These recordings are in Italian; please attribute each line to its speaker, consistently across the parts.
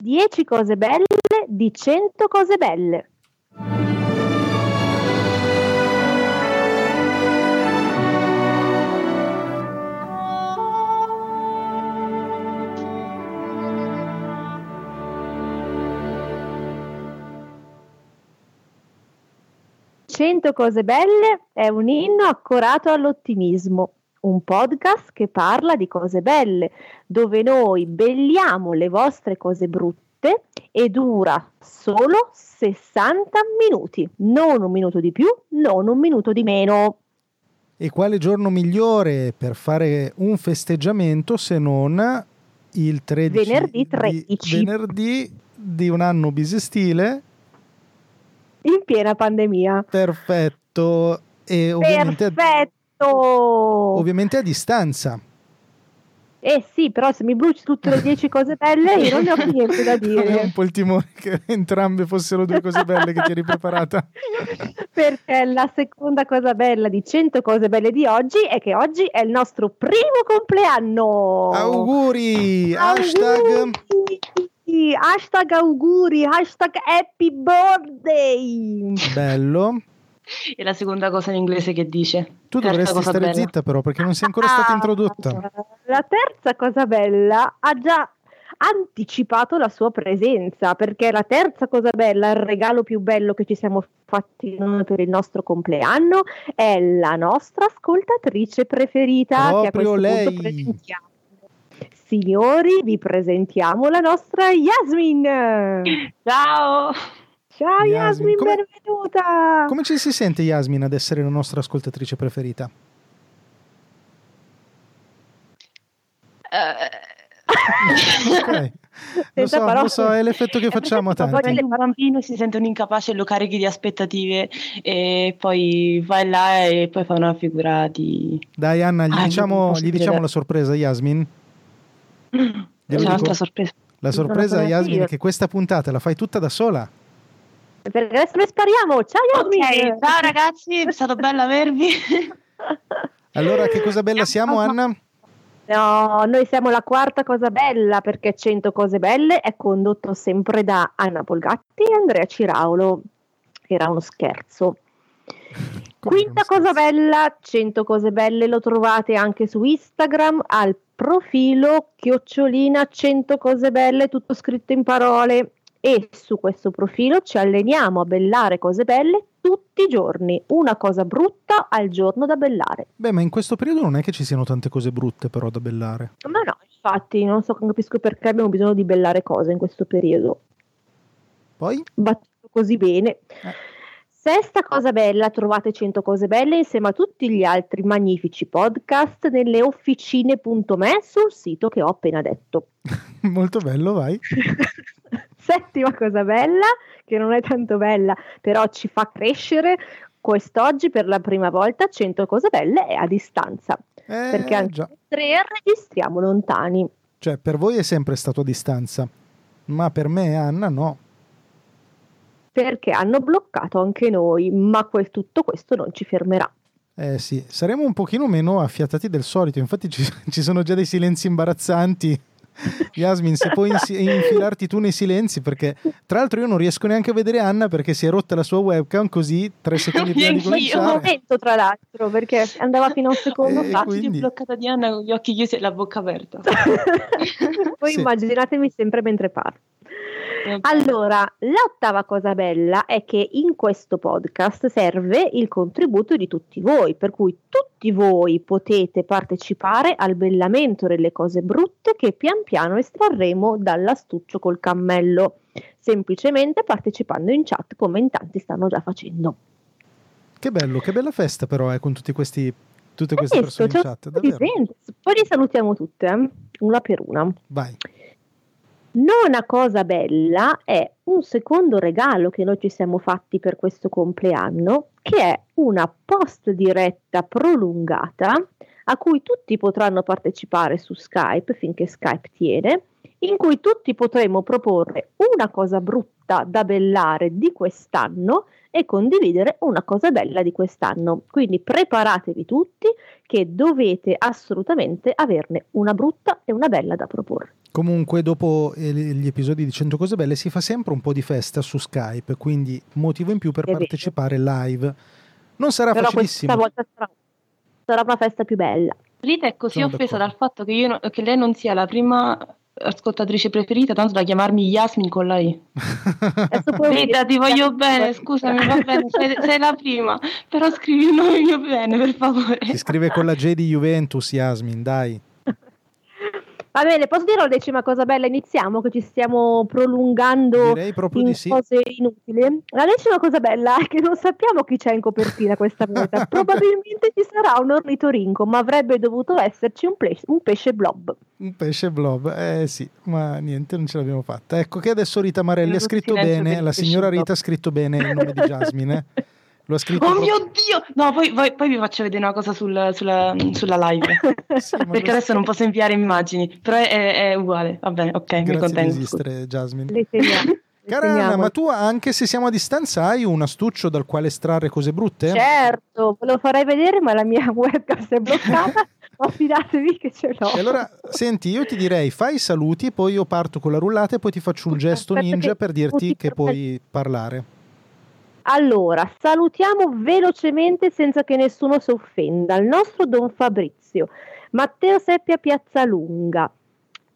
Speaker 1: 10 cose belle di 100 cose belle. Cento cose belle è un inno accorato all'ottimismo, un podcast che parla di cose belle, dove noi belliamo le vostre cose brutte e dura solo 60 minuti, non un minuto di più, non un minuto di meno.
Speaker 2: E quale giorno migliore per fare un festeggiamento se non il 13
Speaker 1: venerdì 13
Speaker 2: di, venerdì di un anno bisestile
Speaker 1: in piena pandemia.
Speaker 2: Perfetto e ovviamente
Speaker 1: Perfetto!
Speaker 2: ovviamente a distanza.
Speaker 1: Eh sì, però se mi bruci tutte le 10 cose belle io non ne ho più niente da
Speaker 2: Avevo un
Speaker 1: dire.
Speaker 2: po' il timore che entrambe fossero due cose belle che ti eri preparata.
Speaker 1: Perché la seconda cosa bella di 100 cose belle di oggi è che oggi è il nostro primo compleanno.
Speaker 2: Auguri! Hashtag
Speaker 1: Auguri! Hashtag auguri, hashtag happy birthday.
Speaker 2: bello.
Speaker 3: E la seconda cosa in inglese che dice?
Speaker 2: Tu
Speaker 3: Terza
Speaker 2: dovresti
Speaker 3: cosa
Speaker 2: stare
Speaker 3: bella.
Speaker 2: zitta però perché non sei ancora stata
Speaker 1: Ah,
Speaker 2: introdotta.
Speaker 1: La terza cosa bella ha già anticipato la sua presenza, perché la terza cosa bella, il regalo più bello che ci siamo fatti noi per il nostro compleanno, è la nostra ascoltatrice preferita. che a
Speaker 2: Proprio
Speaker 1: questo
Speaker 2: lei.
Speaker 1: Punto presentiamo. Signori, vi presentiamo la nostra Yasmin.
Speaker 3: Ciao!
Speaker 1: Ciao
Speaker 2: Yasmin,
Speaker 1: Yasmin,
Speaker 2: come-
Speaker 1: benvenuta.
Speaker 2: Come ci si sente Yasmin ad essere la nostra ascoltatrice preferita? Ok. Lo
Speaker 1: Senza
Speaker 2: so,
Speaker 1: parole.
Speaker 2: lo so, è l'effetto che
Speaker 3: Eh,
Speaker 2: facciamo a
Speaker 3: perché poi
Speaker 2: tanti.
Speaker 3: quando un bambino si sente un incapace lo carichi di aspettative e poi vai là e poi fa una figura di...
Speaker 2: Dai Anna, gli
Speaker 3: Ah, non
Speaker 2: diciamo,
Speaker 3: posso
Speaker 2: gli
Speaker 3: dire.
Speaker 2: diciamo la sorpresa Yasmin.
Speaker 3: C'è
Speaker 2: dico.
Speaker 3: un'altra sorpresa.
Speaker 2: La
Speaker 1: Sono
Speaker 2: sorpresa
Speaker 1: proprio
Speaker 2: Yasmin
Speaker 1: io.
Speaker 2: è che questa puntata la fai tutta da sola.
Speaker 1: Perché adesso noi spariamo. Ciao Yasmin.
Speaker 3: Ok, ciao ragazzi, è stato bello avervi.
Speaker 2: Allora che cosa bella siamo Anna?
Speaker 1: No, noi siamo la quarta cosa bella perché 100 cose belle è condotto sempre da Anna Polgatti e Andrea Ciraulo. Era uno scherzo.
Speaker 2: Come
Speaker 1: Quinta
Speaker 2: non scherzo?
Speaker 1: cosa bella, 100 cose belle lo trovate anche su Instagram al profilo chiocciolina 100 cose belle, tutto scritto in parole. E su questo profilo ci alleniamo a bellare cose belle tutti i giorni, una cosa brutta al giorno da bellare.
Speaker 2: Beh, ma in questo periodo non è che ci siano tante cose brutte però da bellare.
Speaker 1: Ma no, infatti, non so, non capisco perché abbiamo bisogno di bellare cose in questo periodo.
Speaker 2: Poi
Speaker 1: Battuto così bene.
Speaker 2: Eh.
Speaker 1: Sesta cosa bella, trovate 100 cose belle insieme a tutti gli altri magnifici podcast nelle officine.me sul sito che ho appena detto.
Speaker 2: molto bello, vai.
Speaker 1: Settima cosa bella, che non è tanto bella, però ci fa crescere. Quest'oggi per la prima volta 100 cose belle è a distanza,
Speaker 2: Eh,
Speaker 1: perché anche
Speaker 2: già.
Speaker 1: tre registriamo lontani.
Speaker 2: Cioè, per voi è sempre stato a distanza, ma per me e Anna no.
Speaker 1: perché hanno bloccato anche noi, ma que- tutto questo non ci fermerà.
Speaker 2: Eh sì, saremo un pochino meno affiatati del solito, infatti ci, ci sono già dei silenzi imbarazzanti. Yasmin, se puoi insi- infilarti tu nei silenzi, perché tra l'altro io non riesco neanche a vedere Anna perché si è rotta la sua webcam così tre secondi prima di
Speaker 3: Neanch'io.
Speaker 1: Ma in quel
Speaker 2: cominciare.
Speaker 1: momento, tra l'altro, perché andava fino a un secondo
Speaker 2: Eh,
Speaker 1: fa.
Speaker 2: quindi-
Speaker 3: Quindi... bloccata di Anna con gli occhi chiusi e la bocca aperta.
Speaker 1: Voi
Speaker 2: Sì.
Speaker 1: immaginatemi sempre mentre parlo. Allora, l'ottava cosa bella è che in questo podcast serve il contributo di tutti voi, per cui tutti voi potete partecipare al bellamento delle cose brutte che pian piano estrarremo dall'astuccio col cammello, semplicemente partecipando in chat come in tanti stanno già facendo.
Speaker 2: Che bello, che bella festa però eh, con tutti questi, tutte queste
Speaker 1: Questo,
Speaker 2: persone
Speaker 1: c'è
Speaker 2: in
Speaker 1: un
Speaker 2: chat.
Speaker 1: sacco di
Speaker 2: Davvero.
Speaker 1: gente. Poi li salutiamo tutte, eh, una per una.
Speaker 2: Vai.
Speaker 1: Nona cosa bella è un secondo regalo che noi ci siamo fatti per questo compleanno, che è una post diretta prolungata a cui tutti potranno partecipare su Skype finché Skype tiene, in cui tutti potremo proporre una cosa brutta da bellare di quest'anno e condividere una cosa bella di quest'anno. Quindi preparatevi tutti che dovete assolutamente averne una brutta e una bella da proporre.
Speaker 2: Comunque, dopo eh, gli episodi di 100 cose belle, si fa sempre un po' di festa su Skype, quindi motivo in più per
Speaker 1: È vero.
Speaker 2: partecipare live. Non sarà
Speaker 1: Però
Speaker 2: facilissimo.
Speaker 1: questa volta sarà, sarà una festa più bella.
Speaker 3: Rita è così
Speaker 2: Sono
Speaker 3: offesa
Speaker 2: d'accordo.
Speaker 3: dal fatto che, io no- che lei non sia la prima ascoltatrice preferita, tanto da chiamarmi Yasmin con la I.
Speaker 1: Adesso puoi-
Speaker 3: Rita, ti voglio bene, scusami, va bene, sei, sei la prima, però scrivi il nome mio bene, per favore.
Speaker 2: si scrive con la J di Juventus, Yasmin, dai.
Speaker 1: Va bene, posso dire la decima cosa bella? Iniziamo che ci stiamo prolungando
Speaker 2: Direi proprio
Speaker 1: in
Speaker 2: di sì.
Speaker 1: cose inutili. La decima cosa bella è che non sappiamo chi c'è in copertina questa volta. Probabilmente ci sarà un ornitorinco, ma avrebbe dovuto esserci un, ple- un pesce blob.
Speaker 2: Un pesce blob, eh sì, ma niente, non ce l'abbiamo fatta. Ecco che adesso Rita Marelli ha
Speaker 3: Minuto
Speaker 2: scritto
Speaker 3: silenzio per
Speaker 2: bene,
Speaker 3: il
Speaker 2: la
Speaker 3: pesce
Speaker 2: signora
Speaker 3: blob.
Speaker 2: Rita ha scritto bene il nome di Jasmine. eh. Lo ha scritto
Speaker 3: Oh
Speaker 2: proprio-
Speaker 3: mio Dio! No, poi, poi- poi vi faccio vedere una cosa sul- sulla, sulla live.
Speaker 2: Sì, ma
Speaker 3: Perché
Speaker 2: lo-
Speaker 3: adesso non posso inviare immagini, però è, è- è uguale. Va bene, ok, mi
Speaker 2: Grazie di
Speaker 3: contento.
Speaker 2: esistere, Jasmine.
Speaker 1: Le teniamo. le
Speaker 2: Cara Anna,
Speaker 1: teniamo.
Speaker 2: ma tu anche se siamo a distanza hai un astuccio dal quale estrarre cose brutte?
Speaker 1: Certo, ve lo farei vedere, ma la mia webcam si è bloccata. ma fidatevi che ce l'ho.
Speaker 2: E allora, senti, io ti direi fai i saluti, poi io parto con la rullata e poi ti faccio un gesto
Speaker 1: Aspetta
Speaker 2: ninja
Speaker 1: che-
Speaker 2: per dirti che puoi parlare.
Speaker 1: Allora, salutiamo velocemente senza che nessuno si offenda il nostro Don Fabrizio, Matteo Seppia Piazzalunga,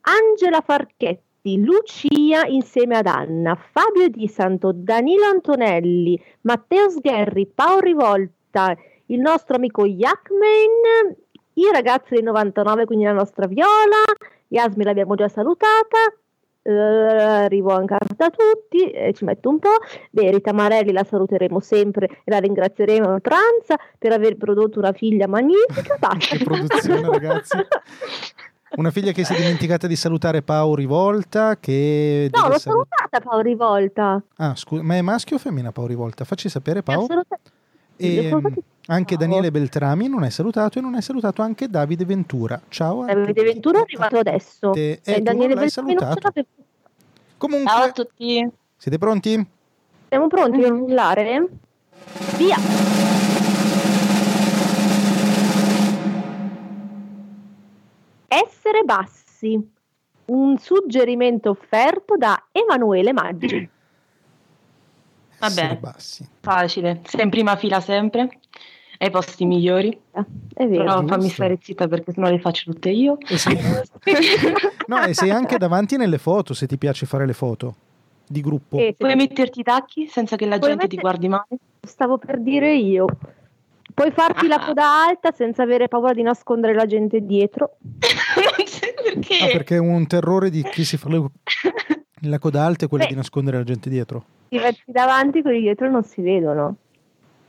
Speaker 1: Angela Farchetti, Lucia insieme ad Anna, Fabio Di Santo, Danilo Antonelli, Matteo Sgherri, Paolo Rivolta, il nostro amico Yakman, i ragazzi del 99, quindi la nostra Viola, Yasmin l'abbiamo già salutata, eh, arrivo anche a tutti, eh, ci metto un po'. Beh, Rita Marelli la saluteremo sempre e la ringrazieremo a oltranza per aver prodotto una figlia magnifica. Basta.
Speaker 2: Che produzione, ragazzi. Una figlia che si è dimenticata di salutare Pao Rivolta, che...
Speaker 1: No,
Speaker 2: deve
Speaker 1: l'ho
Speaker 2: salut-
Speaker 1: salutata Paolo Rivolta.
Speaker 2: Ah, scusa, ma è maschio o femmina Pao Rivolta? Facci sapere
Speaker 1: Mi ha
Speaker 2: Pao.
Speaker 1: salutata-
Speaker 2: E,
Speaker 1: L'ho salutata-
Speaker 2: mm, anche
Speaker 1: Ciao.
Speaker 2: Daniele Beltrami non è salutato e non è salutato anche Davide Ventura. Ciao a
Speaker 1: Davide
Speaker 2: tutti.
Speaker 1: Ventura è arrivato
Speaker 2: A
Speaker 1: adesso.
Speaker 2: tutte. Eh, tu
Speaker 1: E Daniele
Speaker 2: non l'hai
Speaker 1: Beltrami non ce
Speaker 2: salutato.
Speaker 1: l'avevo.
Speaker 2: Comunque,
Speaker 3: Ciao a tutti.
Speaker 2: siete pronti?
Speaker 1: Siamo pronti per urlare? Via! Essere bassi. Un suggerimento offerto da Emanuele Maggi.
Speaker 3: Va bene.
Speaker 2: Essere bassi.
Speaker 3: Facile, sei in prima fila sempre, ai posti migliori.
Speaker 1: È vero.
Speaker 3: Però
Speaker 2: giusto.
Speaker 3: fammi stare zitta perché sennò le faccio tutte io.
Speaker 2: E sei- Eh no, e sei anche davanti nelle foto se ti piace fare le foto di gruppo.
Speaker 1: Eh,
Speaker 3: Puoi metterti i tacchi senza che la
Speaker 1: Puoi
Speaker 3: gente ti
Speaker 1: mettere-
Speaker 3: guardi male?
Speaker 1: Stavo per dire io. Puoi farti la
Speaker 3: Ah.
Speaker 1: coda alta senza avere paura di nascondere la gente dietro.
Speaker 3: Non so perché.
Speaker 2: Ah, perché è un terrore di chi si fa le- la coda alta è quella
Speaker 1: Beh.
Speaker 2: di nascondere la gente dietro,
Speaker 1: Ti metti davanti, quelli dietro non si vedono.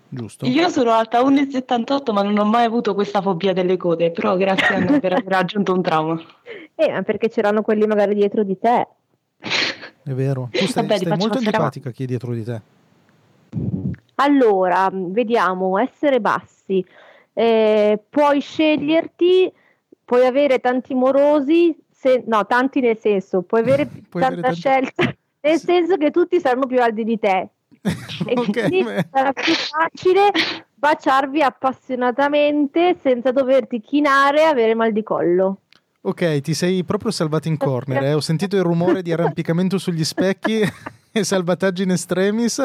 Speaker 2: giusto?
Speaker 3: Io sono alta 1,78 ma non ho mai avuto questa fobia delle code, però grazie a me per aver aggiunto un trauma.
Speaker 1: Eh, ma perché c'erano quelli magari dietro di te.
Speaker 2: È vero. Tu stai,
Speaker 3: Vabbè, li
Speaker 2: stai
Speaker 3: faccio
Speaker 2: molto
Speaker 3: passare avanti.
Speaker 2: antipatica chi è dietro di te.
Speaker 1: Allora, mh, vediamo, essere bassi. Eh, puoi sceglierti, puoi avere tanti morosi, se- no, tanti nel senso, puoi avere
Speaker 2: Puoi
Speaker 1: tanta
Speaker 2: avere tanti-
Speaker 1: scelta, Eh, nel
Speaker 2: Sì.
Speaker 1: senso che tutti saranno più alti di te. E
Speaker 2: Ok,
Speaker 1: quindi
Speaker 2: beh.
Speaker 1: sarà più facile baciarvi appassionatamente senza doverti chinare e avere mal di collo.
Speaker 2: Ok, ti sei proprio salvato in corner. eh. Ho sentito il rumore di arrampicamento sugli specchi e salvataggi in estremis.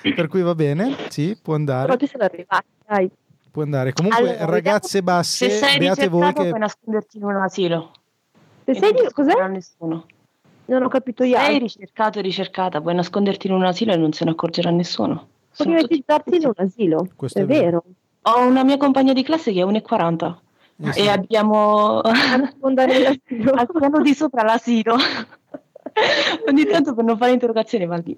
Speaker 2: Per cui va bene, sì, può
Speaker 1: Però
Speaker 2: andare.
Speaker 1: ci sono arrivati, dai.
Speaker 2: Può andare. Comunque,
Speaker 1: Allora, vediamo-
Speaker 2: ragazze
Speaker 3: Se
Speaker 2: basse,
Speaker 3: sei
Speaker 2: beate voi
Speaker 3: ricercato
Speaker 2: che
Speaker 3: puoi nasconderti in un asilo.
Speaker 1: Se
Speaker 3: E
Speaker 1: sei
Speaker 3: non
Speaker 1: di- cos'è?
Speaker 3: scoprerà nessuno.
Speaker 1: Non ho capito io.
Speaker 3: Sei ricercato e ricercata, puoi nasconderti in un asilo e non se ne accorgerà nessuno.
Speaker 1: Puoi
Speaker 3: Sono tutti-
Speaker 1: mimetizzarti in un asilo.
Speaker 2: Questo
Speaker 1: è,
Speaker 2: è vero.
Speaker 1: vero.
Speaker 3: Ho una mia compagna di classe che è 1,40
Speaker 2: Eh sì.
Speaker 3: e abbiamo
Speaker 1: Nasconda nell'asilo.
Speaker 3: al piano di sopra l'asilo. Ogni tanto per non fare interrogazioni va lì.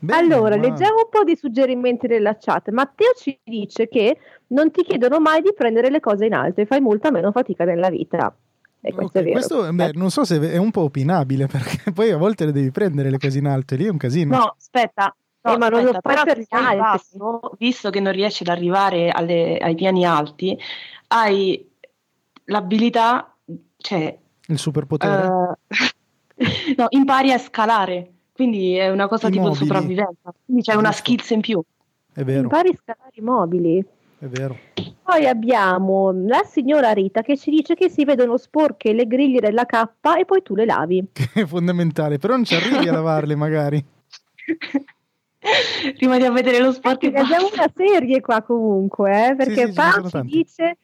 Speaker 2: Bene,
Speaker 1: allora,
Speaker 2: ma-
Speaker 1: leggiamo un po' di suggerimenti nella chat. Matteo ci dice che non ti chiedono mai di prendere le cose in alto e fai molta meno fatica nella vita. E questo è
Speaker 2: Ok,
Speaker 1: vero.
Speaker 2: questo, beh, non so se è un po' opinabile perché poi a volte le devi prendere le cose in alto e lì è un casino.
Speaker 3: No, aspetta. no,
Speaker 1: Eh, ma non lo
Speaker 3: aspetta,
Speaker 1: fai per
Speaker 3: però se
Speaker 1: gli
Speaker 3: sei
Speaker 1: altri.
Speaker 3: basso, visto che non riesci ad arrivare alle- ai piani alti, hai l'abilità, cioè,
Speaker 2: Il
Speaker 1: Eh.
Speaker 2: superpotere.
Speaker 3: eh, no, impari a scalare, quindi è una cosa
Speaker 2: I
Speaker 3: tipo
Speaker 2: mobili.
Speaker 3: sopravvivenza, quindi c'è una
Speaker 2: Giusto.
Speaker 3: skills in più.
Speaker 2: è vero,
Speaker 1: Impari a scalare i mobili.
Speaker 2: è vero.
Speaker 1: Poi abbiamo la signora Rita che ci dice che si vedono sporche le griglie della K e poi tu le lavi.
Speaker 2: Che è fondamentale, però non ci arrivi a lavarle magari.
Speaker 3: Prima di vedere lo sport.
Speaker 1: Perché abbiamo una serie qua comunque, eh, perché
Speaker 2: sì, ce ne
Speaker 1: Pau
Speaker 2: sono
Speaker 1: ci
Speaker 2: tanti.
Speaker 1: dice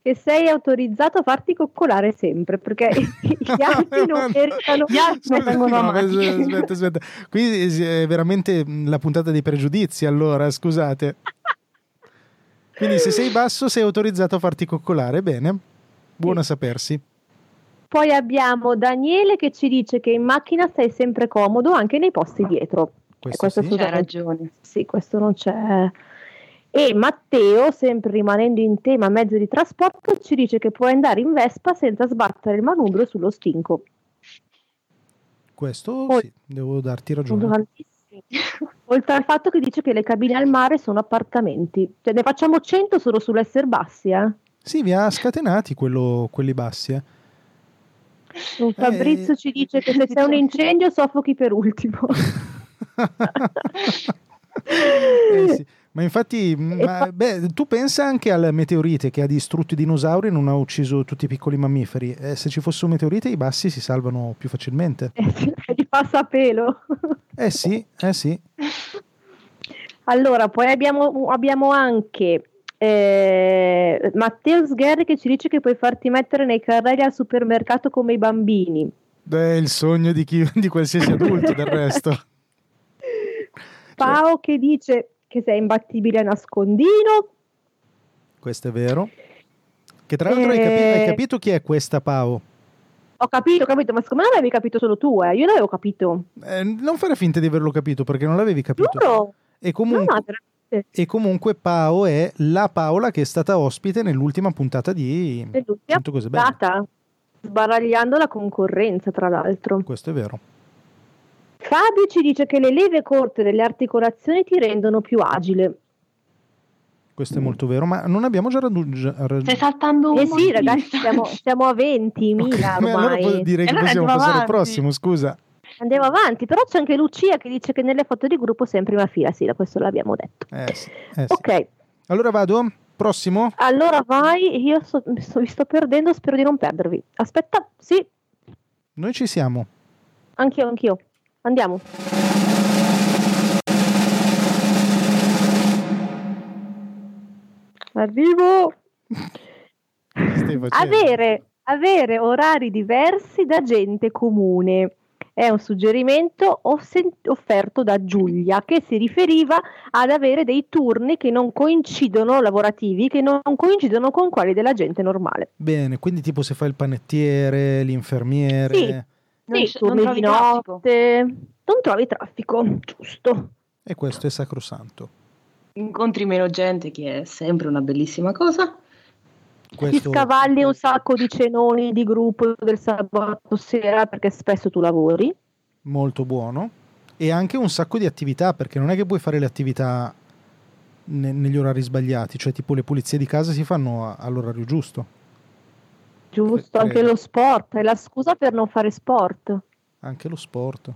Speaker 1: che sei autorizzato a farti coccolare sempre, perché gli altri non meritano
Speaker 3: Gli altri
Speaker 2: Scusa,
Speaker 3: vengono
Speaker 2: no,
Speaker 3: amati.
Speaker 2: aspetta, aspetta, aspetta. Qui si- è veramente mh, la puntata dei pregiudizi, allora, scusate. Quindi se sei basso sei autorizzato a farti coccolare, bene. Buono a sapersi.
Speaker 1: Poi abbiamo Daniele che ci dice che in macchina stai sempre comodo anche nei posti dietro. Eh,
Speaker 2: Questo
Speaker 1: questo
Speaker 2: sì.
Speaker 1: su-
Speaker 3: C'è ragione.
Speaker 1: Sì, questo non c'è. E Matteo, sempre rimanendo in tema mezzo di trasporto, ci dice che puoi andare in Vespa senza sbattere il manubrio sullo stinco.
Speaker 2: Questo
Speaker 1: Poi-
Speaker 2: sì, devo darti ragione.
Speaker 1: Grandissimo. Oltre al fatto che dice che le cabine al mare sono appartamenti. Cioè, ne facciamo 100 solo sull'essere bassi, eh.
Speaker 2: Sì, vi ha scatenati quello- quelli bassi. eh.
Speaker 1: Un Fabrizio ci dice che se c'è un incendio soffochi per ultimo.
Speaker 2: Eh sì. Ma infatti, mh,
Speaker 1: E
Speaker 2: ma- beh, tu pensa anche al meteorite che ha distrutto i dinosauri e non ha ucciso tutti i piccoli mammiferi. Eh, se ci fosse un meteorite, i bassi si salvano più facilmente.
Speaker 1: È di passapelo.
Speaker 2: Eh sì, eh sì.
Speaker 1: Allora, poi abbiamo, abbiamo anche eh, Matteo Sgherri che ci dice che puoi farti mettere nei carrelli al supermercato come i bambini.
Speaker 2: Beh, il sogno di, chi- di qualsiasi adulto, del resto.
Speaker 1: Pao che dice che sei imbattibile a nascondino.
Speaker 2: Cioè, Questo è vero. Che tra l'altro hai, capi- hai
Speaker 1: Eh.
Speaker 2: capito chi è questa Pao?
Speaker 1: Ho capito, ho capito, ma secondo me l'avevi capito solo tu, eh. Io l'avevo capito.
Speaker 2: Eh, non fare finta di averlo capito perché non l'avevi capito.
Speaker 1: Giuro.
Speaker 2: E
Speaker 1: No,
Speaker 2: comunque,
Speaker 1: no, veramente.
Speaker 2: E comunque Pao è la Paola che è stata ospite nell'ultima puntata di
Speaker 1: Nell'ultima
Speaker 2: Tanto cose belle.
Speaker 1: Cioè, puntata, sbaragliando la concorrenza, tra l'altro.
Speaker 2: Questo è vero.
Speaker 1: Fabio ci dice che le leve corte delle articolazioni ti rendono più agile.
Speaker 2: Questo è molto vero, ma non abbiamo già raggiunto
Speaker 3: Stai saltando un
Speaker 1: Eh sì,
Speaker 3: mondo.
Speaker 1: ragazzi, siamo, siamo a 20.000
Speaker 2: allora
Speaker 1: ormai.
Speaker 2: puoi dire che
Speaker 3: Allora
Speaker 2: possiamo
Speaker 3: andiamo
Speaker 2: passare al
Speaker 3: avanti.
Speaker 2: prossimo, scusa.
Speaker 1: Andiamo avanti, però c'è anche Lucia che dice che nelle foto di gruppo sei in prima fila. Sì, da questo l'abbiamo detto.
Speaker 2: Eh sì, eh sì.
Speaker 1: Ok,
Speaker 2: Allora vado? Prossimo?
Speaker 1: allora vai, io so- mi so- vi sto perdendo, spero di non perdervi. Aspetta, sì,
Speaker 2: Noi ci siamo.
Speaker 1: anch'io, anch'io. Andiamo. Arrivo.
Speaker 2: Stai facendo?
Speaker 1: Avere, avere orari diversi da gente comune. È un suggerimento ossen- offerto da Giulia che si riferiva ad avere dei turni che non coincidono, lavorativi, che non coincidono con quelli della gente normale.
Speaker 2: Bene, quindi tipo se fai il panettiere, l'infermiere.
Speaker 1: Sì.
Speaker 3: Non,
Speaker 1: Sì,
Speaker 3: c- non
Speaker 1: turni
Speaker 3: trovi
Speaker 1: di
Speaker 3: traffico.
Speaker 1: notte. Non trovi traffico, giusto.
Speaker 2: E questo è sacrosanto.
Speaker 3: Incontri meno gente, che è sempre una bellissima cosa.
Speaker 1: Ti
Speaker 2: Questo...
Speaker 1: scavalli un sacco di cenoni di gruppo del sabato sera perché spesso tu lavori.
Speaker 2: molto buono e anche un sacco di attività perché non è che puoi fare le attività ne- negli orari sbagliati, cioè tipo le pulizie di casa si fanno a- all'orario giusto,
Speaker 1: Giusto,
Speaker 2: Eh,
Speaker 1: anche
Speaker 2: credo.
Speaker 1: lo sport, è la scusa per non fare sport.
Speaker 2: anche lo sport.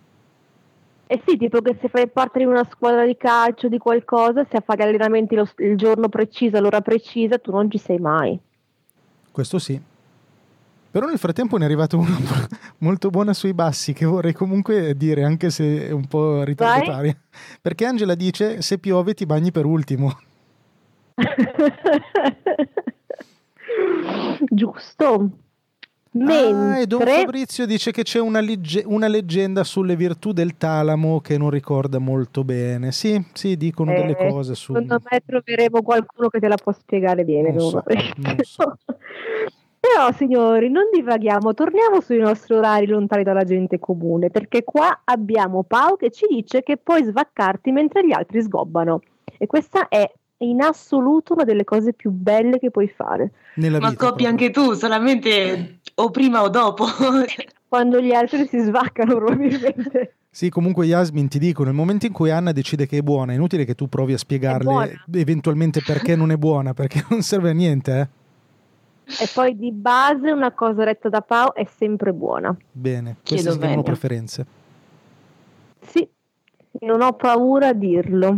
Speaker 1: Eh sì, tipo che se fai parte di una squadra di calcio, di qualcosa, se fai gli allenamenti lo- il giorno preciso, all'ora precisa, tu non ci sei mai.
Speaker 2: Questo sì. Però nel frattempo ne è arrivato una molto buona sui bassi che vorrei comunque dire anche se è un po' ritardataria. Perché Angela dice se piove ti bagni per ultimo.
Speaker 1: Giusto.
Speaker 2: Ah, e Don
Speaker 1: Mentre...
Speaker 2: Fabrizio dice che c'è una, legge- una leggenda sulle virtù del talamo che non ricorda molto bene. Sì, sì, dicono delle
Speaker 1: Eh,
Speaker 2: cose su...
Speaker 1: Secondo me troveremo qualcuno che te la può spiegare bene.
Speaker 2: Non so,
Speaker 1: comunque.
Speaker 2: non so.
Speaker 1: Però, signori, non divaghiamo, torniamo sui nostri orari lontani dalla gente comune, perché qua abbiamo Pau che ci dice che puoi svaccarti mentre gli altri sgobbano. E questa è in assoluto una delle cose più belle che puoi fare.
Speaker 2: Nella
Speaker 3: Ma
Speaker 2: vita
Speaker 3: scoppi
Speaker 2: proprio.
Speaker 3: anche tu,
Speaker 2: Eh.
Speaker 3: solamente o prima o dopo.
Speaker 1: Quando gli altri si svaccano, probabilmente.
Speaker 2: Sì, comunque Yasmin ti dico, nel momento in cui Anna decide che è buona, è inutile che tu provi a spiegarle
Speaker 1: buona.
Speaker 2: eventualmente perché non è buona, perché non serve a niente, eh?
Speaker 1: E poi di base una cosa detta da Pau è sempre buona.
Speaker 2: Bene,
Speaker 3: Chiedo
Speaker 2: queste si chiamano
Speaker 3: bene.
Speaker 2: preferenze.
Speaker 1: Sì, non ho paura a dirlo.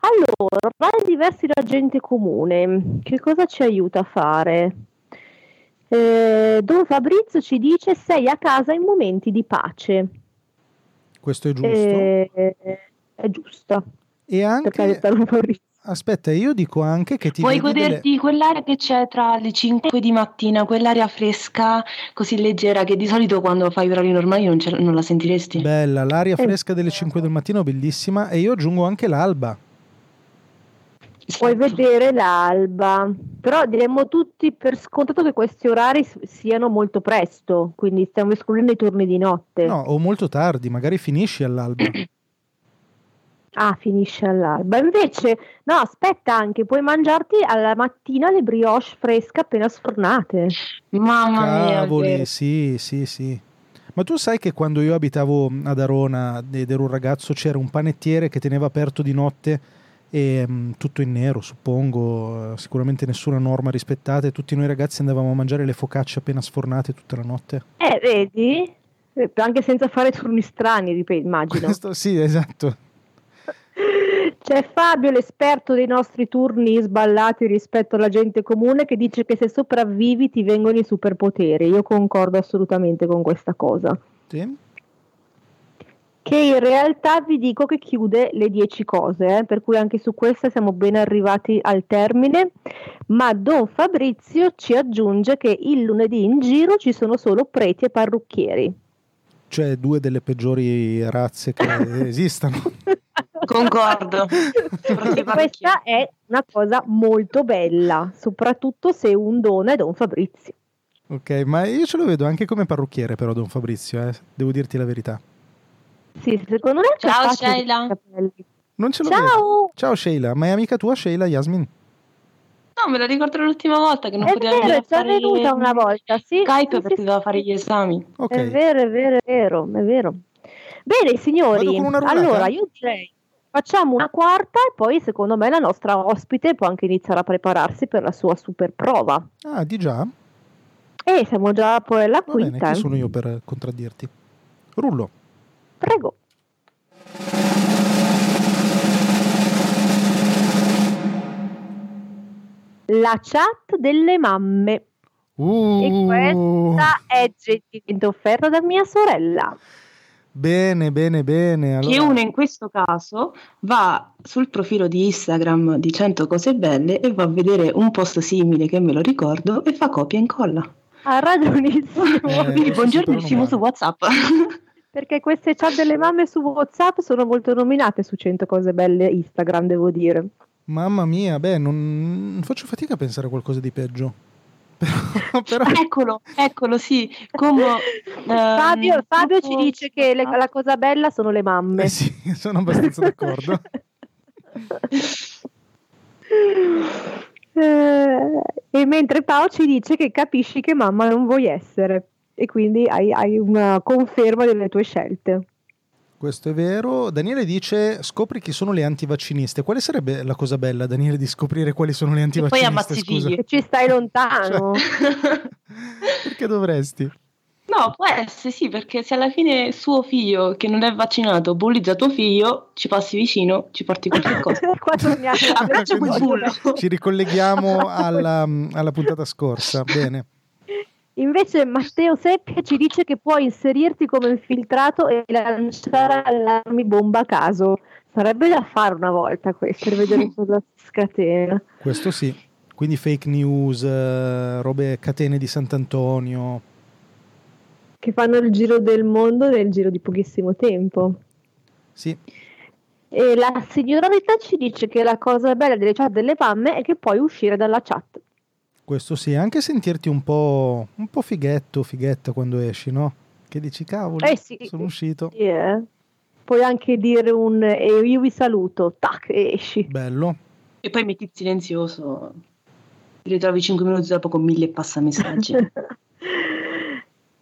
Speaker 1: Allora, diversi da gente comune, che cosa ci aiuta a fare? Eh, Don Fabrizio ci dice sei a casa in momenti di pace.
Speaker 2: Questo è giusto.
Speaker 1: Eh, è giusto.
Speaker 2: e
Speaker 1: Perché aiuta
Speaker 2: anche,
Speaker 1: Don Fabrizio.
Speaker 2: aspetta, io dico anche che ti
Speaker 3: Puoi
Speaker 2: vedi delle-
Speaker 3: goderti quell'area che c'è tra le 5 di mattina, quell'aria fresca, così leggera, che di solito quando fai orari normali non, ce- non la sentiresti.
Speaker 2: Bella, l'aria
Speaker 1: Eh.
Speaker 2: fresca delle 5 del mattino, bellissima. E io aggiungo anche l'alba.
Speaker 1: Puoi
Speaker 3: Esatto.
Speaker 1: vedere l'alba, però diremmo tutti per scontato che questi orari s- siano molto presto, quindi stiamo escludendo i turni di notte.
Speaker 2: No, o molto tardi, magari finisci all'alba.
Speaker 1: Ah, finisce all'alba. Invece, no, aspetta anche, puoi mangiarti alla mattina le brioche fresche appena sfornate.
Speaker 3: Mamma mia.
Speaker 2: Cavoli,
Speaker 3: che-
Speaker 2: sì, sì, sì. Ma tu sai che quando io abitavo ad Arona ed ero un ragazzo c'era un panettiere che teneva aperto di notte e mh, tutto in nero, suppongo, eh, sicuramente nessuna norma rispettata e tutti noi ragazzi andavamo a mangiare le focacce appena sfornate tutta la notte.
Speaker 1: Eh, vedi? Eh, Anche senza fare turni strani, ripeto, immagino.
Speaker 2: Questo- sì, esatto.
Speaker 1: C'è Fabio, l'esperto dei nostri turni sballati rispetto alla gente comune, che dice che se sopravvivi ti vengono i superpoteri. Io concordo assolutamente con questa cosa.
Speaker 2: Sì.
Speaker 1: Che in realtà vi dico che chiude le 10 cose, eh, per cui anche su questa siamo ben arrivati al termine. Ma Don Fabrizio ci aggiunge che il lunedì in giro ci sono solo preti e parrucchieri.
Speaker 2: Cioè due delle peggiori razze che esistano.
Speaker 3: Concordo.
Speaker 1: E questa è una cosa molto bella, soprattutto se un dono è Don Fabrizio.
Speaker 2: Ok, ma io ce lo vedo anche come parrucchiere però Don Fabrizio, eh, devo dirti la verità.
Speaker 1: Sì, secondo me è
Speaker 3: Ciao,
Speaker 1: capace di
Speaker 3: Sheila.
Speaker 1: capelli.
Speaker 2: Non ce lo vedo.
Speaker 1: Ciao!
Speaker 2: Ciao Sheila, ma è amica tua Sheila Yasmin?
Speaker 3: No, me la ricordo l'ultima volta che non
Speaker 1: È
Speaker 3: poteva
Speaker 1: vero,
Speaker 3: venire a
Speaker 1: è già
Speaker 3: fare
Speaker 1: venuta una volta, sì.
Speaker 3: Skype
Speaker 1: sì,
Speaker 3: perché
Speaker 1: sì,
Speaker 3: doveva
Speaker 1: sì.
Speaker 3: fare gli esami.
Speaker 2: Ok.
Speaker 1: È vero, è vero, è vero, è vero. Bene,
Speaker 2: Vado
Speaker 1: signori,
Speaker 2: con una rulata?
Speaker 1: allora io direi facciamo una quarta e poi secondo me la nostra ospite può anche iniziare a prepararsi per la sua super prova.
Speaker 2: Ah, di già? Va
Speaker 1: E siamo già poi alla
Speaker 2: bene,
Speaker 1: quinta. eh.
Speaker 2: chi sono io per contraddirti? Rullo.
Speaker 1: Prego. La chat delle mamme.
Speaker 2: Uh,
Speaker 1: Questa è gentilmente offerta da mia sorella.
Speaker 2: Bene, bene, bene. Allora,
Speaker 3: Che uno in questo caso va sul profilo di Instagram di 100 cose belle e va a vedere un post simile che me lo ricordo e fa copia e incolla.
Speaker 1: Ha ragionissimo.
Speaker 2: Eh,
Speaker 3: Quindi
Speaker 2: questo sì,
Speaker 3: buongiorno
Speaker 2: però
Speaker 3: il Simo
Speaker 2: non
Speaker 3: su
Speaker 2: vale.
Speaker 3: WhatsApp.
Speaker 1: Perché queste chat delle mamme su WhatsApp sono molto nominate su 100 cose belle Instagram, devo dire.
Speaker 2: Mamma mia, beh, non faccio fatica a pensare a qualcosa di peggio. Però, però-
Speaker 3: Ah, eccolo, eccolo, sì. Come,
Speaker 1: Fabio,
Speaker 3: ehm,
Speaker 1: Fabio ci
Speaker 3: dopo-
Speaker 1: dice che le- la cosa bella sono le mamme.
Speaker 2: Ah. eh sì, sono abbastanza d'accordo.
Speaker 1: Eh, e mentre Pao ci dice che capisci che mamma non vuoi essere e quindi hai, hai una conferma delle tue scelte.
Speaker 2: Questo è vero. Daniele dice: scopri chi sono le antivacciniste. Quale sarebbe la cosa bella, Daniele, di scoprire quali sono le
Speaker 3: poi
Speaker 2: antivacciniste?
Speaker 3: ammazzi i
Speaker 2: Scusa.
Speaker 3: figli.
Speaker 1: Che ci stai lontano.
Speaker 2: Perché dovresti?
Speaker 3: No, può essere sì, perché se alla fine suo figlio che non è vaccinato bullizza tuo figlio, ci passi vicino, ci porti qualche cosa.
Speaker 1: Qua torniamo alle
Speaker 3: Abbraccio quel
Speaker 1: cose.
Speaker 3: bullo.
Speaker 2: Cioè, Ci ricolleghiamo alla, mm, alla puntata scorsa. Bene.
Speaker 1: Invece Matteo Seppia ci dice che puoi inserirti come infiltrato e lanciare allarmi bomba a caso. Sarebbe da fare una volta questo, per vedere cosa si scatena.
Speaker 2: Questo sì. Quindi fake news, eh, robe catene di Sant'Antonio.
Speaker 1: Che fanno il giro del mondo nel giro di pochissimo tempo.
Speaker 2: Sì,
Speaker 1: E la signora Rita ci dice che la cosa bella delle chat delle pamme è che puoi uscire dalla chat.
Speaker 2: questo sì. Anche sentirti un po', un po' fighetto, fighetta quando esci, no? Che dici, cavolo,
Speaker 1: Eh sì.
Speaker 2: sono uscito.
Speaker 1: Sì, eh. Puoi anche dire un e io vi saluto, tac, e esci.
Speaker 2: Bello.
Speaker 3: E poi metti il silenzioso, ti ritrovi 5 minuti dopo con mille e passa messaggi.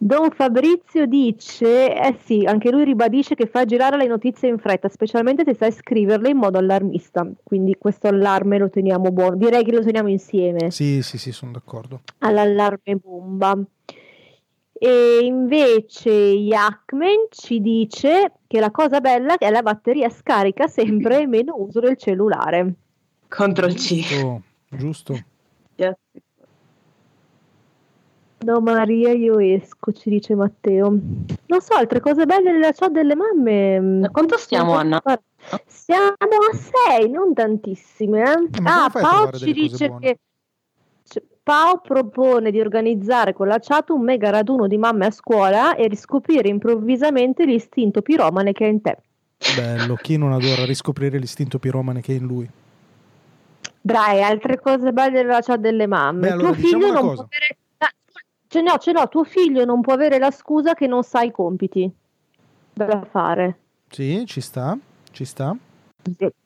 Speaker 1: Don Fabrizio dice, eh sì, anche lui ribadisce che fa girare le notizie in fretta, specialmente se sai scriverle in modo allarmista. Quindi questo allarme lo teniamo buono, direi che lo teniamo insieme.
Speaker 2: Sì, sì, sì, sono d'accordo.
Speaker 1: all'allarme bomba. E invece Yakmen ci dice che la cosa bella è che la batteria scarica sempre meno uso del cellulare.
Speaker 3: Ctrl C.
Speaker 2: Giusto, giusto.
Speaker 1: No Maria, io esco, ci dice Matteo. Non so, altre cose belle della ciò delle mamme. mm,
Speaker 4: Da Eh, quanto stiamo, Anna?
Speaker 1: Siamo a 6, non tantissime. eh.
Speaker 2: ma come
Speaker 1: Ah,
Speaker 2: fai a
Speaker 1: Pao
Speaker 2: trovare
Speaker 1: ci
Speaker 2: delle cose
Speaker 1: dice
Speaker 2: buone?
Speaker 1: che c- Pao propone di organizzare con la chat un mega raduno di mamme a scuola e riscoprire improvvisamente l'istinto piromane che è in te.
Speaker 2: Bello, chi non adora riscoprire l'istinto piromane che è in lui?
Speaker 1: Dai, altre cose belle della chat delle mamme.
Speaker 2: Beh, allora,
Speaker 1: tuo
Speaker 2: diciamo
Speaker 1: figlio
Speaker 2: una
Speaker 1: non
Speaker 2: cosa.
Speaker 1: può avere Ah, ce n'ho, ce n'ho, tuo figlio non può avere la scusa che non sa i compiti da fare.
Speaker 2: Sì, ci sta, ci sta.